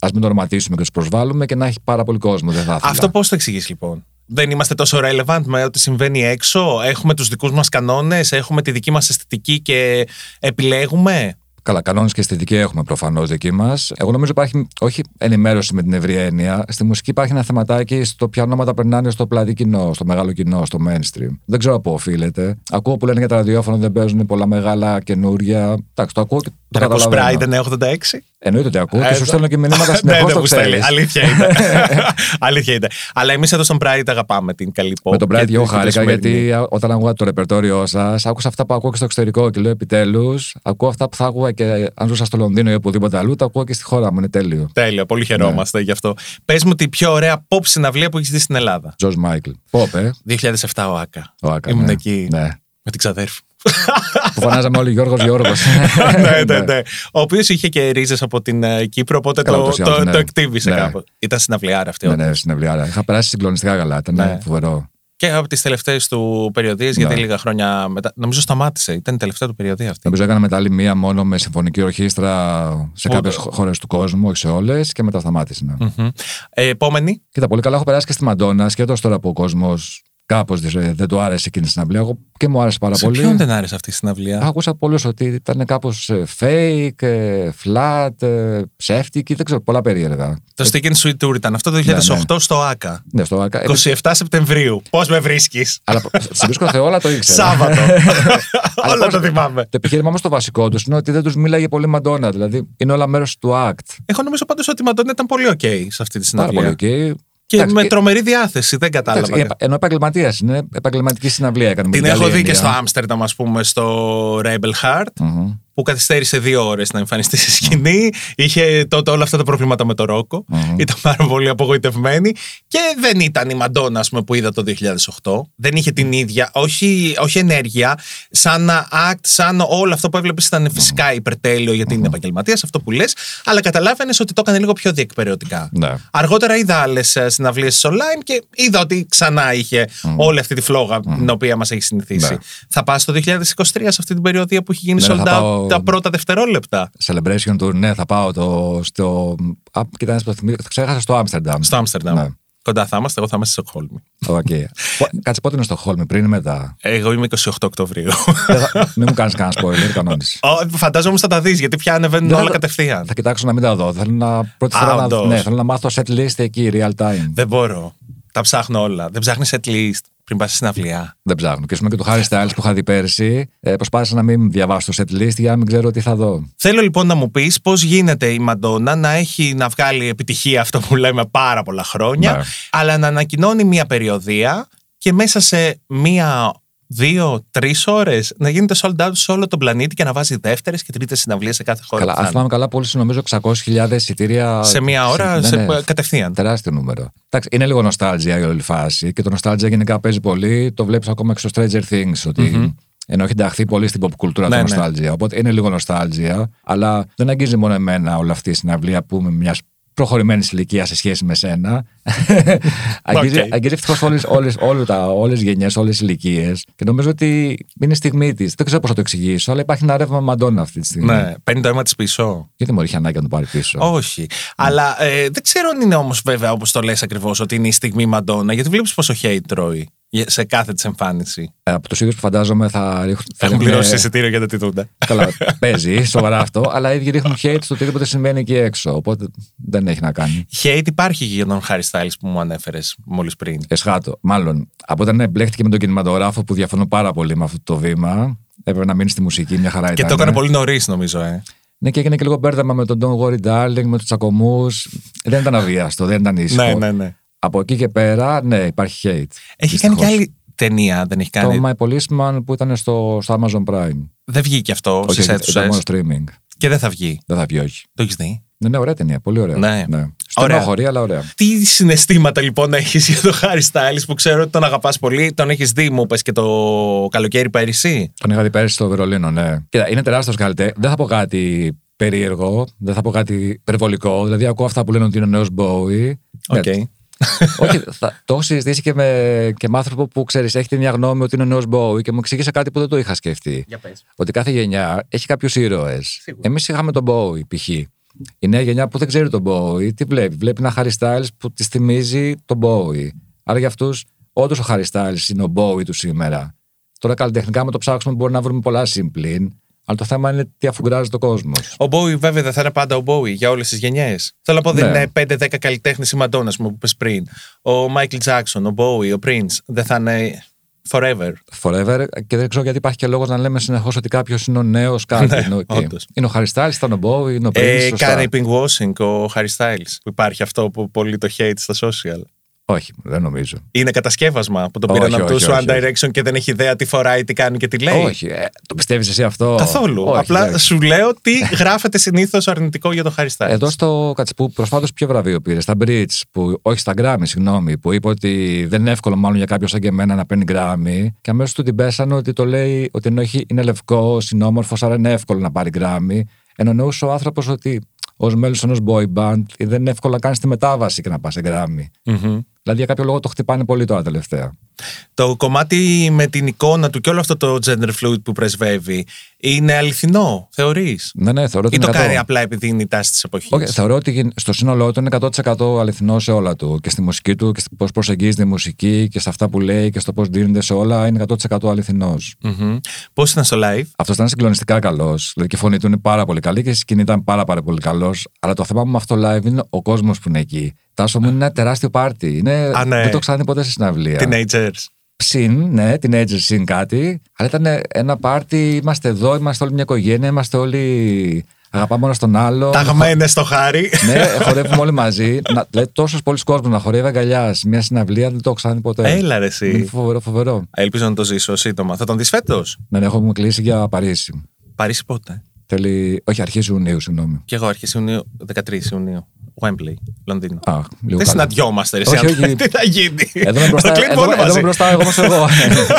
Speaker 5: Ας μην το ονοματίσουμε και τους προσβάλλουμε και να έχει πάρα πολύ κόσμο. Δεν θα ήθελα.
Speaker 4: Αυτό πώς το εξηγείς λοιπόν. Δεν είμαστε τόσο relevant με ό,τι συμβαίνει έξω. Έχουμε τους δικούς μας κανόνες, έχουμε τη δική μας αισθητική και επιλέγουμε.
Speaker 5: Καλά, κανόνες και αισθητική έχουμε προφανώς δική μας. Εγώ νομίζω υπάρχει όχι ενημέρωση με την ευρία έννοια. Στη μουσική υπάρχει ένα θεματάκι στο ποια ονόματα περνάνε στο πλατή κοινό, στο μεγάλο κοινό, στο mainstream. Δεν ξέρω από πού οφείλεται. Ακούω που λένε για τα ραδιόφωνα δεν παίζουν πολλά μεγάλα καινούρια. Εντάξει, το ακούω και το
Speaker 4: Δεν ακούς Pride,
Speaker 5: καταλαβαίνω.
Speaker 4: δεν 86.
Speaker 5: Εννοείται ότι ακούω και
Speaker 4: Ε,
Speaker 5: σου στέλνω και μηνύματα
Speaker 4: Ναι,
Speaker 5: συνεχώς.
Speaker 4: δεν
Speaker 5: το
Speaker 4: μου στέλνει.
Speaker 5: ξέρεις.
Speaker 4: Αλήθεια είναι. Αλήθεια είναι. Αλλά εμείς εδώ στον Pride αγαπάμε την καλή pop.
Speaker 5: Με τον Pride
Speaker 4: και
Speaker 5: εγώ
Speaker 4: την
Speaker 5: χάρηκα
Speaker 4: καθημερινή.
Speaker 5: γιατί α, όταν ακούγα το ρεπερτόριό σας, άκουσα αυτά που ακούω και στο εξωτερικό και λέω επιτέλους. Ακούω αυτά που θα άκουγα και αν ζούσα στο Λονδίνο ή οπουδήποτε αλλού, τα ακούω και στη χώρα μου. Είναι τέλειο.
Speaker 4: Τέλεια, πολύ χαιρόμαστε
Speaker 5: Ναι.
Speaker 4: γι' αυτό. Πες μου την πιο ωραία pop συναυλία που έχεις δει στην Ελλάδα.
Speaker 5: Τζορτ Μάικλ. Πόπε.
Speaker 4: 2007 ο Άκα.
Speaker 5: Ο Άκα,
Speaker 4: Ήμουν
Speaker 5: ναι.
Speaker 4: εκεί
Speaker 5: Ναι.
Speaker 4: με την ξαδέρφη.
Speaker 5: Που φωνάζαμε όλοι Γιώργος Γιώργος.
Speaker 4: ναι, ναι, ναι. Ο οποίος είχε και ρίζες από την ε, Κύπρο, οπότε
Speaker 5: Καλά,
Speaker 4: το,
Speaker 5: ούτως ή
Speaker 4: το,
Speaker 5: άλλως, ναι.
Speaker 4: το εκτίμησε
Speaker 5: Ναι.
Speaker 4: κάπω. Ήταν συναυλιάρα αυτή.
Speaker 5: Ναι,
Speaker 4: όντως.
Speaker 5: ναι, συνευλιάρα. Είχα περάσει συγκλονιστικά καλά. Ήταν
Speaker 4: Ναι.
Speaker 5: φοβερό.
Speaker 4: Και από τις τελευταίες του περιοδίες, γιατί
Speaker 5: Ναι.
Speaker 4: λίγα χρόνια μετά. Νομίζω σταμάτησε. Ήταν η τελευταία του περιοδία αυτή.
Speaker 5: Νομίζω έκανα μετά άλλη μία μόνο με συμφωνική ορχήστρα σε
Speaker 4: Ούτε.
Speaker 5: κάποιε χώρες του κόσμου, όχι σε όλες, και μετά σταμάτησε. ναι.
Speaker 4: Μμμ. Ε, επόμενη.
Speaker 5: Κοίτα, πολύ καλά έχω περάσει και στη Μαντόνας, σκέτο τώρα που ο κόσμο κάπω δεν του άρεσε εκείνη την συναυλία. Εγώ και μου άρεσε πάρα
Speaker 4: Σε
Speaker 5: πολύ.
Speaker 4: ποιον δεν άρεσε αυτή η συναυλία.
Speaker 5: Άκουσα από πολλούς ότι ήταν κάπως fake, ε, flat, ε, ψεύτικη, δεν ξέρω, πολλά περίεργα.
Speaker 4: Το Stick and Sweet Tour ήταν αυτό το 2008 στο ΑΚΑ.
Speaker 5: ε, Ναι, στο ΑΚΑ.
Speaker 4: 27 Σεπτεμβρίου. Πώς με βρίσκεις.
Speaker 5: Αλλά σε βρίσκω Θεόλα το ήξερα.
Speaker 4: Σάββατο.
Speaker 5: Αλλά
Speaker 4: Όλα
Speaker 5: πώς-
Speaker 4: τα θυμάμαι.
Speaker 5: Το επιχείρημα όμως το βασικό τους είναι ότι δεν τους μίλαγε πολύ μαντόνα. Δηλαδή είναι όλα μέρος του act.
Speaker 4: Εγώ νομίζω πάντως ότι η Μαντώνη ήταν πολύ OK σε αυτή τη
Speaker 5: Πάρα πολύ
Speaker 4: συναυλία.
Speaker 5: οκ.
Speaker 4: Και
Speaker 5: Εντάξει, εντάξει,
Speaker 4: με
Speaker 5: ε,
Speaker 4: τρομερή διάθεση, δεν
Speaker 5: εντάξει,
Speaker 4: κατάλαβα.
Speaker 5: επα- Ενώ επαγγελματίας είναι, επαγγελματική συναυλία έκανε. με
Speaker 4: Την
Speaker 5: καλή
Speaker 4: έχω δει και
Speaker 5: έννοια.
Speaker 4: στο Άμστερνταμ, ας πούμε, στο Rebel Heart,
Speaker 5: Μμμ.
Speaker 4: που καθυστέρησε δύο ώρες να εμφανιστεί στη σκηνή. Είχε τότε όλα αυτά τα προβλήματα με το ροκο
Speaker 5: Μμμ.
Speaker 4: Ήταν πάρα πολύ απογοητευμένη. Και δεν ήταν η Μαντόνα, ας πούμε, που είδα το 2008. Δεν είχε την ίδια, όχι, όχι ενέργεια, σαν να act, σαν όλο αυτό που έβλεπες ήταν φυσικά υπερτέλειο, γιατί είναι επαγγελματίας, αυτό που λες. Αλλά καταλάβαινες ότι το έκανε λίγο πιο διεκπαιρεωτικά.
Speaker 5: Ναι.
Speaker 4: Αργότερα είδα άλλες συναυλίες online και είδα ότι ξανά είχε όλη αυτή τη φλόγα την οποία μας έχει συνηθίσει.
Speaker 5: Ναι.
Speaker 4: Θα πας το 2023 σε αυτή την περιοδία που έχει γίνει
Speaker 5: Ναι,
Speaker 4: sold
Speaker 5: θα
Speaker 4: out
Speaker 5: πάω-
Speaker 4: τα πρώτα δευτερόλεπτα.
Speaker 5: Celebration Tour, ναι, θα πάω το, στο. Α, κοιτάξτε, το θυμίζω, το ξέχασα στο Άμστερνταμ.
Speaker 4: Στο Άμστερνταμ.
Speaker 5: Ναι.
Speaker 4: Κοντά θα είμαστε, εγώ θα είμαι στη Στοκχόλμη.
Speaker 5: Οκ. Πο- Κάτσε πότε είναι στο Χόλμη, πριν ή μετά.
Speaker 4: Εγώ είμαι 28 Οκτωβρίου.
Speaker 5: Δεν θα- Μην μου κάνεις κανένα spoiler, κανόνισες.
Speaker 4: Ω, Φαντάζομαι όμω θα τα δεις γιατί πια ανεβαίνουν
Speaker 5: Δεν
Speaker 4: όλα
Speaker 5: θα-
Speaker 4: κατευθείαν.
Speaker 5: Θα κοιτάξω να μην τα δω. Θέλω να, πρώτη
Speaker 4: Α,
Speaker 5: φορά να,
Speaker 4: όντως.
Speaker 5: ναι, θέλω να μάθω set list εκεί, real time.
Speaker 4: Δεν μπορώ. Τα ψάχνω όλα. Δεν ψάχνεις at least πριν πας στη συναυλία.
Speaker 5: Δεν ψάχνω. Και ας πούμε και το Harry Styles που είχα δει πέρσι, ε, προσπάθησα να μην διαβάσω το set list για να μην ξέρω τι θα δω.
Speaker 4: Θέλω λοιπόν να μου πεις πώς γίνεται η Μαντόνα να έχει να βγάλει επιτυχία αυτό που λέμε πάρα πολλά χρόνια,
Speaker 5: Ναι.
Speaker 4: αλλά να ανακοινώνει μία περιοδία και μέσα σε μία δύο, τρεις ώρες να γίνεται sold out σε όλο τον πλανήτη και να βάζει δεύτερες και τρίτες συναυλίες σε κάθε χώρα.
Speaker 5: Καλά,
Speaker 4: που θα
Speaker 5: αν
Speaker 4: είναι.
Speaker 5: θυμάμαι καλά, πώλησε νομίζω 600.000 εισιτήρια.
Speaker 4: σε μία ώρα,
Speaker 5: ναι,
Speaker 4: σε,
Speaker 5: ναι.
Speaker 4: κατευθείαν.
Speaker 5: Τεράστιο νούμερο. Εντάξει, είναι λίγο νοστάλτζια η όλη φάση και το νοστάλτζια γενικά παίζει πολύ. Το βλέπεις ακόμα και στο Stranger Things. Ότι Ενώ έχει ενταχθεί πολύ στην pop κουλτούρα
Speaker 4: Ναι,
Speaker 5: το
Speaker 4: ναι.
Speaker 5: νοστάλτζια. Οπότε είναι λίγο νοστάλτζια, αλλά δεν αγγίζει μόνο εμένα όλη αυτή η συναυλία που είμαι μιας προχωρημένης ηλικίας σε σχέση με σένα. αγγίζει
Speaker 4: Οκ.
Speaker 5: αγγίζει ευτυχώς όλες όλες, όλες, όλες τις γενιές, όλες τις ηλικίες. Και νομίζω ότι είναι η στιγμή της. Δεν ξέρω πώς θα το εξηγήσω, αλλά υπάρχει ένα ρεύμα μαντών αυτή τη στιγμή.
Speaker 4: Ναι, παίρνει το αίμα της πίσω.
Speaker 5: Γιατί μου είχε ανάγκη να το πάρει πίσω.
Speaker 4: Όχι. Αλλά ε, δεν ξέρω αν είναι όμως βέβαια όπως το λες ακριβώς ότι είναι η στιγμή Μαντόνα, γιατί βλέπεις πόσο hate τρώει για- σε κάθε της εμφάνιση.
Speaker 5: Ε, Από τους ίδιους που φαντάζομαι θα Ε, ρίχνουν. θα
Speaker 4: Έχουν
Speaker 5: ρίχνουν-
Speaker 4: πληρώσει εισιτήριο για τα τιτούντα.
Speaker 5: Καλά, παίζει σοβαρά αυτό, αλλά οι ίδιοι ρίχνουν hate στο οτιδήποτε συμβαίνει εκεί έξω. Οπότε δεν έχει να κάνει.
Speaker 4: Hate υπάρχει για τον Harry Styles που μου ανέφερες μόλις πριν.
Speaker 5: Εσχάτο. Μάλλον από όταν εμπλέχτηκε με τον κινηματογράφο που διαφωνώ πάρα πολύ με αυτό το βήμα. Έπρεπε να μείνει στη μουσική, μια χαρά
Speaker 4: Και
Speaker 5: ήταν.
Speaker 4: το έκανε πολύ νωρίς, νομίζω. Ε.
Speaker 5: Ναι, και έγινε και λίγο μπέρδεμα με τον Don't Worry Darling, με τους τσακωμού. Δεν ήταν αβίαστο, δεν ήταν ήσυχο.
Speaker 4: Ναι, ναι, ναι.
Speaker 5: Από εκεί και πέρα, ναι, υπάρχει hate.
Speaker 4: Έχει κάνει
Speaker 5: δυστυχώς.
Speaker 4: και άλλη ταινία, δεν έχει κάνει.
Speaker 5: Το My Policeman που ήταν στο, στο Amazon Prime.
Speaker 4: Δεν βγήκε αυτό
Speaker 5: Όχι,
Speaker 4: στις
Speaker 5: ήταν
Speaker 4: αίθουσε
Speaker 5: μόνο streaming.
Speaker 4: και δεν θα βγει.
Speaker 5: Δεν θα πει όχι.
Speaker 4: Το έχεις δει.
Speaker 5: Ναι, ναι, ωραία ταινία. Πολύ ωραία.
Speaker 4: Ναι. Ωραία.
Speaker 5: Στενόχωρη, αλλά ωραία.
Speaker 4: Τι συναισθήματα λοιπόν έχεις για τον Χάρι Στάλη που ξέρω ότι τον αγαπάς πολύ. Τον έχεις δει, μου πε και το καλοκαίρι πέρυσι.
Speaker 5: Τον είχα δει πέρυσι στο Βερολίνο, ναι. Κοίτα, είναι τεράστιος καλλιτέ. Δεν θα πω κάτι περίεργο, δεν θα πω κάτι υπερβολικό. Δηλαδή, ακούω αυτά που λένε ότι είναι νέο Μπόι.
Speaker 4: Οκ.
Speaker 5: Όχι, θα, το έχω συζητήσει και με, και με άνθρωπο που ξέρεις, έχει τη μια γνώμη ότι είναι νέος Μπόι και μου εξήγησε κάτι που δεν το είχα σκεφτεί.
Speaker 4: Για πες.
Speaker 5: Ότι κάθε γενιά έχει κάποιους ήρωες.
Speaker 4: Σίγουρα.
Speaker 5: Εμείς είχαμε τον Μπόι, π.χ. Η νέα γενιά που δεν ξέρει τον Μπόι, τι βλέπει. Βλέπει ένα Harry Styles που τη θυμίζει τον Μπόι. Άρα για αυτούς, όντως ο Harry Styles είναι ο Μπόι του σήμερα. Τώρα καλλιτεχνικά με το ψάξουμε μπορεί να βρούμε πολλά συμπλήν, αλλά το θέμα είναι τι αφουγκράζει το κόσμος.
Speaker 4: Ο Μπόι, βέβαια, δεν θα είναι πάντα ο Μπόι για όλες τις γενιές. Θέλω να πω, δεν
Speaker 5: Ναι.
Speaker 4: είναι 5-10 καλλιτέχνες η Μαντόνα μου που είπες πριν. Ο Μάικλ Τζάξον, ο Μπόι, ο Prince. Δεν θα είναι forever.
Speaker 5: Forever, και δεν ξέρω γιατί υπάρχει και λόγος να λέμε συνεχώς ότι κάποιος είναι ο νέος κάτι. είναι, οκ.
Speaker 4: Ναι, όντως.
Speaker 5: είναι ο Harry Styles, ήταν ο Μπόι, είναι ο Prince,
Speaker 4: Ε,
Speaker 5: σωστά.
Speaker 4: Κάνει pink washing ο Harry Styles. Που υπάρχει αυτό που πολύ το hate στα social.
Speaker 5: Όχι, δεν νομίζω.
Speaker 4: Είναι κατασκεύασμα που το
Speaker 5: Όχι,
Speaker 4: πήραν από
Speaker 5: όχι,
Speaker 4: το One
Speaker 5: όχι, όχι.
Speaker 4: Direction και δεν έχει ιδέα τι φοράει, τι κάνει και τι λέει.
Speaker 5: Όχι, ε, το πιστεύεις εσύ αυτό.
Speaker 4: Καθόλου.
Speaker 5: Όχι,
Speaker 4: Απλά
Speaker 5: εντάξει.
Speaker 4: σου λέω τι γράφεται συνήθως αρνητικό για το Harry Styles.
Speaker 5: Εδώ στο Κατσπού προσφάτως ποιο βραβείο πήρε, στα Bridge, που, όχι στα Grammy, συγγνώμη, που είπε ότι δεν είναι εύκολο μάλλον για κάποιον σαν και εμένα να παίρνει Grammy. Και αμέσως του την πέσανε ότι το λέει ότι ενώ έχει, είναι λευκό, είναι όμορφο, άρα είναι εύκολο να πάρει Grammy. Ενώ εννοούσε ο άνθρωπος ότι ως μέλος ενός boy band δεν είναι εύκολο να κάνεις τη μετάβαση και να πας σε Grammy.
Speaker 4: Μμμ.
Speaker 5: Δηλαδή για κάποιο λόγο το χτυπάνε πολύ τώρα τελευταία.
Speaker 4: Το κομμάτι με την εικόνα του και όλο αυτό το gender fluid που πρεσβεύει είναι αληθινό, θεωρείς.
Speaker 5: Ναι, ναι, θεωρώ ότι
Speaker 4: Ή το
Speaker 5: είναι
Speaker 4: κάνει
Speaker 5: καλό.
Speaker 4: απλά επειδή είναι η τάση της εποχής.
Speaker 5: Όχι, θεωρώ ότι γεν- στο σύνολό του είναι 100% αληθινό σε όλα του. Και στη μουσική του και πώς προσεγγίζει τη μουσική και σε αυτά που λέει και στο πώς δίνεται σε όλα είναι 100% αληθινό.
Speaker 4: Πώς ήταν στο live,
Speaker 5: Αυτό ήταν συγκλονιστικά καλός. Δηλαδή και η φωνή του είναι πάρα πολύ καλή και η σκηνή ήταν πάρα, πάρα πολύ καλός. Αλλά το θέμα μου με αυτό live είναι ο κόσμος που είναι εκεί. Τάσο μου είναι ένα τεράστιο πάρτι. Είναι...
Speaker 4: Α, ναι.
Speaker 5: Δεν το ξαναδεί ποτέ σε συναυλία.
Speaker 4: Teenagers.
Speaker 5: Συν, ναι, την Edge συν κάτι. Αλλά ήταν ένα πάρτι. Είμαστε εδώ, είμαστε όλοι μια οικογένεια, είμαστε όλοι. Αγαπάμε ένα τον άλλο.
Speaker 4: Ταγμένε στο χάρι.
Speaker 5: ναι, χορεύουμε όλοι μαζί. Να, δηλαδή, τόσος πολλοί κόσμοι να χορεύει αγκαλιάς σε μια συναυλία δεν το έχω ξαναδεί ποτέ.
Speaker 4: Έλα ρε
Speaker 5: Είναι
Speaker 4: εσύ.
Speaker 5: φοβερό, φοβερό.
Speaker 4: Ελπίζω να το ζήσω σύντομα. Θα τον δει φέτος.
Speaker 5: Ναι, ναι, έχουμε κλείσει για Παρίσι.
Speaker 4: Παρίσι πότε.
Speaker 5: Τέλει. Όχι, αρχή Ιουνίου, συγγνώμη.
Speaker 4: Κι εγώ αρχέ Ιουνίου, 13 Ιουνίου. Wembley, Λονδίνο.
Speaker 5: Α, λίγο
Speaker 4: Δεν
Speaker 5: καλά.
Speaker 4: συναντιόμαστε, ρε.
Speaker 5: Όχι,
Speaker 4: εσύ,
Speaker 5: όχι.
Speaker 4: Τι θα γίνει.
Speaker 5: Εδώ είμαι μπροστά,
Speaker 4: Θα κλείνουμε
Speaker 5: εδώ,
Speaker 4: όλοι
Speaker 5: εδώ είμαι
Speaker 4: μαζί.
Speaker 5: μπροστά, εγώ όμως εγώ.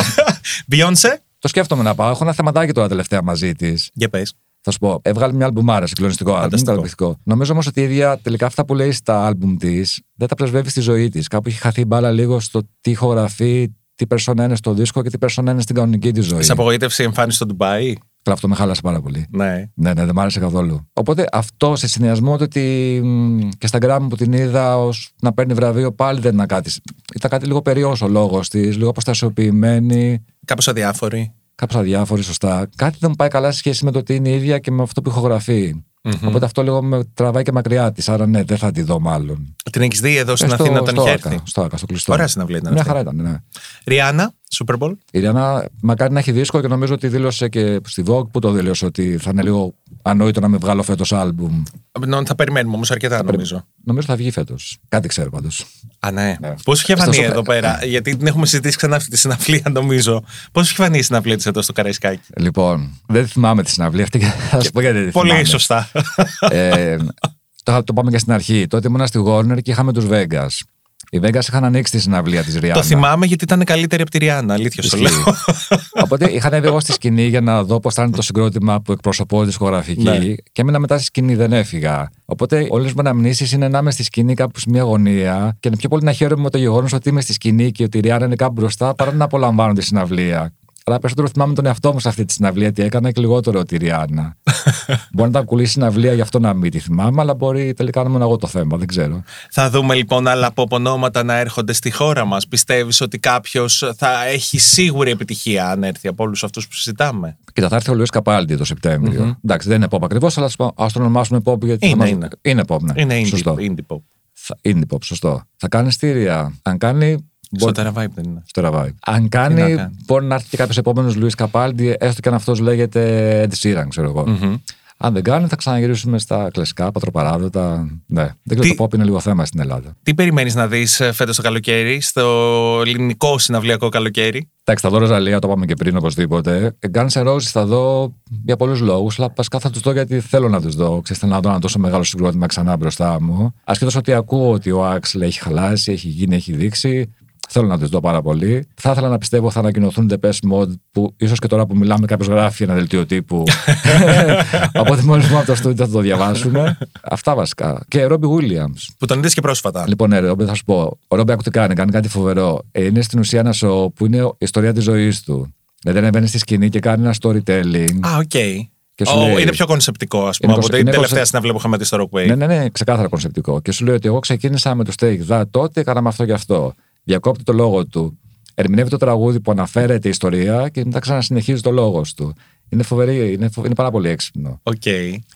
Speaker 4: Beyoncé,
Speaker 5: το σκέφτομαι να πάω. Έχω ένα θεματάκι τώρα τελευταία μαζί της.
Speaker 4: για πες.
Speaker 5: Θα σου πω. Έβγαλε μια αλμπουμάρα, συγκλονιστικό άλμπουμ.
Speaker 4: Φανταστικό.
Speaker 5: Καταπληκτικό. Νομίζω όμως ότι η ίδια τελικά αυτά που λέει στα άλμπουμ της δεν τα πρεσβεύει στη ζωή της. Κάπου έχει χαθεί η μπάλα λίγο στο τι ηχογραφεί, τι περσόνα είναι στο δίσκο και τι περσόνα είναι στην κανονική της ζωή.
Speaker 4: Σε απογοήτευση η εμφάνιση στο Ντουμπάι.
Speaker 5: Καλά, αυτό με χάλασε πάρα πολύ.
Speaker 4: Ναι.
Speaker 5: Ναι, ναι, δεν μ' άρεσε καθόλου. Οπότε αυτό σε συνδυασμό με το ότι μ, και στα γκράμμ που την είδα ως να παίρνει βραβείο πάλι δεν ήταν κάτι. Ήταν κάτι λίγο περίεργος ο λόγος της, λίγο αποστασιοποιημένη,
Speaker 4: Κάπως αδιάφορη.
Speaker 5: κάπως αδιάφορη, σωστά. Κάτι δεν μου πάει καλά σε σχέση με το ότι είναι η ίδια και με αυτό που ηχογραφεί. Οπότε αυτό λίγο με τραβάει και μακριά της. Άρα ναι, δεν θα τη δω μάλλον.
Speaker 4: Την έχεις δει εδώ στην
Speaker 5: Ε, στο-
Speaker 4: Αθήνα όταν
Speaker 5: στο
Speaker 4: είχε
Speaker 5: ΑΚΑ,
Speaker 4: έρθει.
Speaker 5: Στο ΑΚΑ, στο κλειστό.
Speaker 4: Ωραία συναυλία ήταν
Speaker 5: Μια
Speaker 4: αυτή.
Speaker 5: χαρά ήταν, ναι.
Speaker 4: Ριάννα, Super Bowl.
Speaker 5: Η Ριάννα μακάρι να έχει δίσκο και νομίζω ότι δήλωσε και στη Vogue που το δήλωσε ότι θα είναι λίγο ανόητο να με βγάλω φέτος άλμπουμ.
Speaker 4: Νο- Θα περιμένουμε όμως αρκετά, νομίζω.
Speaker 5: Νομίζω θα βγει φέτος. Κάτι ξέρω πάντως.
Speaker 4: Α, ναι.
Speaker 5: Ναι.
Speaker 4: Πώς είχε
Speaker 5: Στο
Speaker 4: φανεί
Speaker 5: Super- Ναι.
Speaker 4: εδώ πέρα, γιατί την έχουμε συζητήσει ξανά αυτή τη συναυλία, νομίζω. Πώς είχε φανεί η συναυλία της εδώ στο Καραϊσκάκι.
Speaker 5: Λοιπόν, δεν θυμάμαι τη συναυλία αυτή και θα σα πω γιατί. δεν τη
Speaker 4: Πολύ
Speaker 5: θυμάμαι.
Speaker 4: σωστά.
Speaker 5: ε, το, το πάμε και στην αρχή. Τότε ήμουνα στη Warner και είχαμε τους Vegas. Οι Vegas είχαν ανοίξει τη συναυλία της Ριάννα.
Speaker 4: Το θυμάμαι γιατί ήταν καλύτερη από τη Ριάννα, αλήθεια σου λέω.
Speaker 5: Οπότε είχα ανέβει εγώ στη σκηνή για να δω πώς θα είναι το συγκρότημα που εκπροσωπώ δισκογραφική.
Speaker 4: Ναι.
Speaker 5: Και έμεινα μετά στη σκηνή, δεν έφυγα. Οπότε όλες μου αναμνήσεις είναι να είμαι στη σκηνή κάπου σε μια γωνία και πιο πολύ να χαίρομαι με το γεγονός ότι είμαι στη σκηνή και ότι η Ριάννα είναι κάπου μπροστά παρά να απολαμβάνω τη συναυλία. Αλλά περισσότερο θυμάμαι τον εαυτό μου σε αυτή τη συναυλία τι έκανα και λιγότερο τη Ριάννα. μπορεί να τα κουλήσει συναυλία, γι' αυτό να μην τη θυμάμαι, αλλά μπορεί τελικά να ήμουν εγώ το θέμα, δεν ξέρω.
Speaker 4: Θα δούμε λοιπόν άλλα αποπονόματα να έρχονται στη χώρα μας. Πιστεύεις ότι κάποιος θα έχει σίγουρη επιτυχία αν έρθει από όλους αυτούς που συζητάμε.
Speaker 5: Κοίτα, θα έρθει ο Λουίς Καπάλντι το σεπτεμβριο Εντάξει, δεν είναι pop ακριβώς, αλλά ας το- ας το ονομάσουμε pop γιατί. θα
Speaker 4: Είναι,
Speaker 5: μας-
Speaker 4: είναι.
Speaker 5: είναι pop, ναι.
Speaker 4: Είναι indie,
Speaker 5: Σωστό.
Speaker 4: indie pop.
Speaker 5: Θα- Indie pop, σωστό. Θα κάνει στήρια. Αν κάνει.
Speaker 4: Στο
Speaker 5: Μπορεί...
Speaker 4: Terra Vibe δεν είναι.
Speaker 5: στο Ραβάη. Αν κάνει,
Speaker 4: Τι να κάνει.
Speaker 5: μπορεί να έρθει και κάποιος επόμενος Λουίς Καπάλντι, έστω και αν αυτός λέγεται Ed Sheeran, ξέρω εγώ. Αν δεν κάνει, θα ξαναγυρίσουμε στα κλασικά, πατροπαράδοτα. Ναι. Δεν ξέρω,
Speaker 4: Τι-
Speaker 5: το pop είναι λίγο θέμα στην Ελλάδα.
Speaker 4: Τι περιμένεις να δεις φέτος το καλοκαίρι, στο ελληνικό συναυλιακό καλοκαίρι.
Speaker 5: Εντάξει, θα δω Ροζαλία, το είπαμε και πριν οπωσδήποτε. Ε, Guns N' Roses θα δω για πολλούς λόγους, αλλά βασικά θα τους δω γιατί θέλω να τους δω. Ξέρετε, να δω ένα τόσο μεγάλο συγκρότημα ξανά μπροστά μου. Ασχετώ ότι ακούω ότι ο Άξλ έχει χαλάσει, έχει γίνει, έχει δείξει. Θέλω να του δω πάρα πολύ. Θα ήθελα να πιστεύω θα ανακοινωθούν The Best Mod που ίσως και τώρα που μιλάμε κάποιος γράφει ένα δελτίο τύπου. από ό,τι μόλι μου από το στούντιο θα το διαβάσουμε. Αυτά βασικά. Και Robbie Williams.
Speaker 4: Που τον είδες και πρόσφατα.
Speaker 5: Λοιπόν, ναι, Ρόμπε, θα σου πω. Ο Ρόμπε, άκου τι κάνει, κάνει κάτι φοβερό. Ε, Είναι στην ουσία ένα σοου που είναι η ιστορία της ζωής του. Δηλαδή, ανεβαίνει στη σκηνή και κάνει ένα storytelling.
Speaker 4: Α, οκ.
Speaker 5: Λοιπόν. Και σου
Speaker 4: Ω,
Speaker 5: λέει-
Speaker 4: είναι πιο κονσεπτικό, ας
Speaker 5: Είναι
Speaker 4: πούμε, από
Speaker 5: κονσε-
Speaker 4: την
Speaker 5: είναι
Speaker 4: τελευταία
Speaker 5: κονσε-
Speaker 4: συναυλία που είχαμε δει στο Rockway.
Speaker 5: Ναι, ναι, ναι, ξεκάθαρα κονσεπτικό. Και σου λέει ότι εγώ ξεκίνησα με το Stake That τότε, έκαναμε αυτό και αυτό. Διακόπτει το λόγο του. Ερμηνεύει το τραγούδι που αναφέρεται η ιστορία και μετά ξανασυνεχίζει το λόγος του. Είναι φοβερή, είναι, φο- είναι πάρα πολύ έξυπνο.
Speaker 4: Οκ.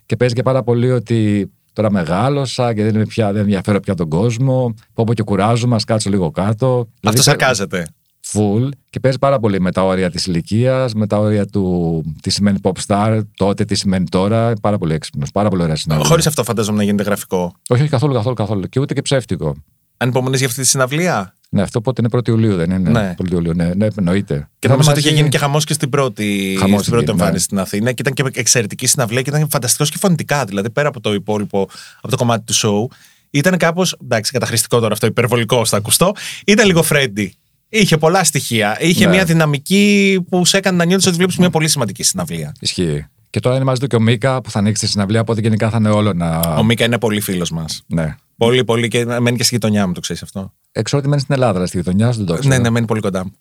Speaker 5: Και παίζει και πάρα πολύ ότι τώρα μεγάλωσα και δεν, είμαι πια, δεν ενδιαφέρω πια τον κόσμο. Πω πω και κουράζομαι, ας κάτσω λίγο κάτω.
Speaker 4: Αυτό
Speaker 5: Δηλαδή,
Speaker 4: σαρκάζεται.
Speaker 5: full και παίζει πάρα πολύ με τα όρια της ηλικίας, με τα όρια του τι σημαίνει pop star, τότε, τι σημαίνει τώρα. Πάρα πολύ έξυπνος. Πάρα πολύ ωραία συνάδελφα.
Speaker 4: Χωρίς αυτό φαντάζομαι να γίνεται γραφικό.
Speaker 5: Όχι, όχι, καθόλου, καθόλου, καθόλου. Και ούτε και ψεύτικο.
Speaker 4: Αν υπομονείς για αυτή τη συναυλία.
Speaker 5: Ναι, αυτό πότε είναι 1η Ιουλίου, δεν είναι.
Speaker 4: Ναι.
Speaker 5: 1η Ιουλίου, ναι, ναι, εννοείται.
Speaker 4: Και
Speaker 5: Θα
Speaker 4: νομίζω ότι
Speaker 5: μαζί-
Speaker 4: είχε γίνει και χαμός και στην πρώτη,
Speaker 5: Χαμός
Speaker 4: στην πρώτη
Speaker 5: εκεί,
Speaker 4: εμφάνιση
Speaker 5: ναι.
Speaker 4: στην Αθήνα. Και ήταν και εξαιρετική συναυλία και ήταν φανταστικός και φωνητικά. Δηλαδή, πέρα από το υπόλοιπο, από το κομμάτι του σοου, ήταν κάπως. Εντάξει, καταχρηστικό τώρα αυτό, υπερβολικό θα ακουστώ. Ήταν λίγο φρέντι. Είχε πολλά στοιχεία. Είχε
Speaker 5: Ναι.
Speaker 4: μια δυναμική που σε έκανε να νιώθεις ότι βλέπεις μια πολύ σημαντική συναυλία.
Speaker 5: Ισχύει. Και τώρα είναι μαζί του και ο Μίκα που θα ανοίξει τη συναυλία, οπότε γενικά θα είναι όλο να.
Speaker 4: Ο Μίκα είναι πολύ φίλος μας.
Speaker 5: Ναι.
Speaker 4: Πολύ, πολύ και μένει και στη γειτονιά μου, το ξέρεις αυτό.
Speaker 5: Έξω ότι μένει στην Ελλάδα, αλλά στη γειτονιά σου δεν το ξέρω.
Speaker 4: Ναι, ναι, μένει πολύ κοντά μου.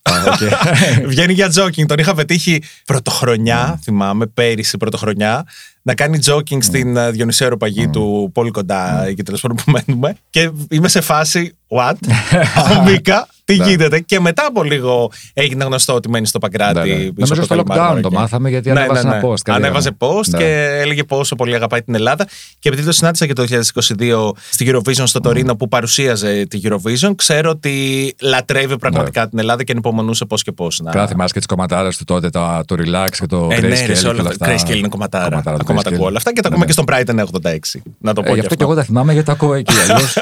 Speaker 5: οκ. Ναι.
Speaker 4: Βγαίνει για τζόκινγκ. Τον είχα πετύχει πρωτοχρονιά, θυμάμαι, πέρυσι πρωτοχρονιά, να κάνει τζόκινγκ στην ε, Διονυσία Αεροπαγή
Speaker 5: Ναι.
Speaker 4: του πολύ κοντά εκεί τέλος πάντων που μένουμε. Και είμαι σε φάση, what? Ο Μίκα, τι
Speaker 5: Ναι.
Speaker 4: γίνεται. Και μετά από λίγο έγινε γνωστό ότι μένει στο
Speaker 5: Ναι, ναι.
Speaker 4: Παγκράτη.
Speaker 5: Νομίζω
Speaker 4: από
Speaker 5: στο
Speaker 4: Καλιμάρι
Speaker 5: lockdown
Speaker 4: εκεί.
Speaker 5: το μάθαμε, γιατί
Speaker 4: Ναι,
Speaker 5: ανέβασε
Speaker 4: ναι,
Speaker 5: ένα
Speaker 4: ναι.
Speaker 5: post, κάτι
Speaker 4: Ανέβαζε
Speaker 5: άλλο.
Speaker 4: post
Speaker 5: Ναι.
Speaker 4: και έλεγε πόσο πολύ αγαπάει την Ελλάδα. Και επειδή το συνάντησα και το 2022 στη Eurovision στο Τωρίνο που παρουσίαζε τη Eurovision, ξέρω ότι λατρεύει πραγματικά την Ελλάδα και ανυπομονούσε πώς και πώς να.
Speaker 5: Καλά, θυμάσαι και τις κομματάρες του τότε, τα- το relax και το
Speaker 4: Ε, ναι,
Speaker 5: grayscale.
Speaker 4: ρε, σε
Speaker 5: και
Speaker 4: όλα
Speaker 5: όλα
Speaker 4: αυτά.
Speaker 5: αυτά.
Speaker 4: Grayscale είναι κομματάρα.
Speaker 5: Κομματάρα, το
Speaker 4: Ακόμα τα
Speaker 5: grayscale.
Speaker 4: ακούω όλα αυτά και τα
Speaker 5: Ναι,
Speaker 4: ακούμε
Speaker 5: ναι.
Speaker 4: και στον Brighton 86. Να το
Speaker 5: Ε,
Speaker 4: πω
Speaker 5: γι'
Speaker 4: και αυτό.
Speaker 5: αυτό και εγώ τα θυμάμαι γιατί τα ακούω εκεί. Αλλιώς,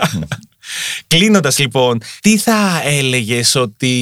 Speaker 4: Κλείνοντας λοιπόν, τι θα έλεγες ότι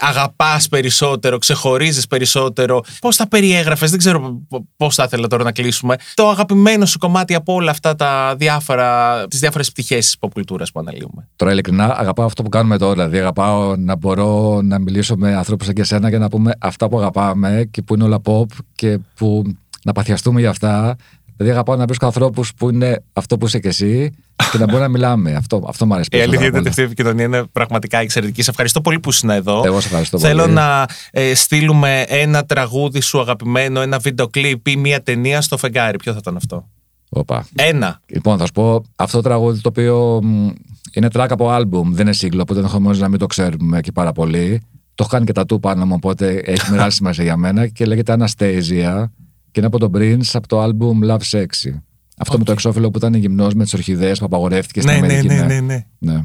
Speaker 4: αγαπάς περισσότερο, ξεχωρίζεις περισσότερο, πώς θα περιέγραφες, δεν ξέρω πώς θα ήθελα τώρα να κλείσουμε, το αγαπημένο σου κομμάτι από όλα αυτά τα διάφορα, τις διάφορες πτυχές της ποπκουλτούρα που αναλύουμε.
Speaker 5: τώρα ειλικρινά αγαπάω αυτό που κάνουμε τώρα. Δηλαδή αγαπάω να μπορώ να μιλήσω με ανθρώπους σαν και εσένα και να πούμε αυτά που αγαπάμε και που είναι όλα pop και που να παθιαστούμε για αυτά. Δηλαδή αγαπάω να βρίσκω ανθρώπους που είναι αυτό που είσαι και εσύ και να μπορούμε να μιλάμε. Αυτό, αυτό μου αρέσει
Speaker 4: Η αλήθεια
Speaker 5: περισσότερο
Speaker 4: είναι
Speaker 5: απ'
Speaker 4: ότι
Speaker 5: όλα.
Speaker 4: αυτή η επικοινωνία είναι πραγματικά εξαιρετική. Σε ευχαριστώ πολύ που ήσουν εδώ.
Speaker 5: Εγώ σε ευχαριστώ
Speaker 4: Θέλω
Speaker 5: πολύ.
Speaker 4: να ε, στείλουμε ένα τραγούδι σου αγαπημένο, ένα βίντεο κλιπ ή μια ταινία στο φεγγάρι. Ποιο θα ήταν αυτό.
Speaker 5: Όπα.
Speaker 4: Ένα.
Speaker 5: Λοιπόν, θα σου πω αυτό το τραγούδι το οποίο μ, είναι track από album, δεν είναι σύγκλο, οπότε ενδεχομένω να μην το ξέρουμε και πάρα πολύ. Το έχω κάνει και τα του πάνω μου, οπότε έχει μεγάλη σημασία για μένα και λέγεται Anastasia και είναι από τον Prince από το album Love Sexy. Αυτό με το εξώφυλλο που ήταν γυμνός με τις ορχιδέες που απαγορεύτηκε στην
Speaker 4: Ναι, ναι,
Speaker 5: Αμερική.
Speaker 4: ναι, ναι, ναι.
Speaker 5: ναι.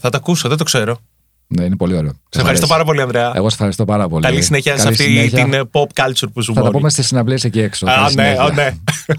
Speaker 4: Θα το ακούσω, δεν το ξέρω.
Speaker 5: Ναι, είναι πολύ ωραίο.
Speaker 4: Σε ευχαριστώ πάρα πολύ, Ανδρέα.
Speaker 5: Εγώ σε ευχαριστώ πάρα πολύ.
Speaker 4: Καλή συνέχεια σε
Speaker 5: Καλή
Speaker 4: αυτή
Speaker 5: συνέχεια.
Speaker 4: την ε, pop culture που ζούμε.
Speaker 5: Θα τα
Speaker 4: όλοι.
Speaker 5: πούμε στις συναυλίες εκεί έξω.
Speaker 4: Α,
Speaker 5: Καλή
Speaker 4: ναι,
Speaker 5: συνέχεια.
Speaker 4: α, ναι.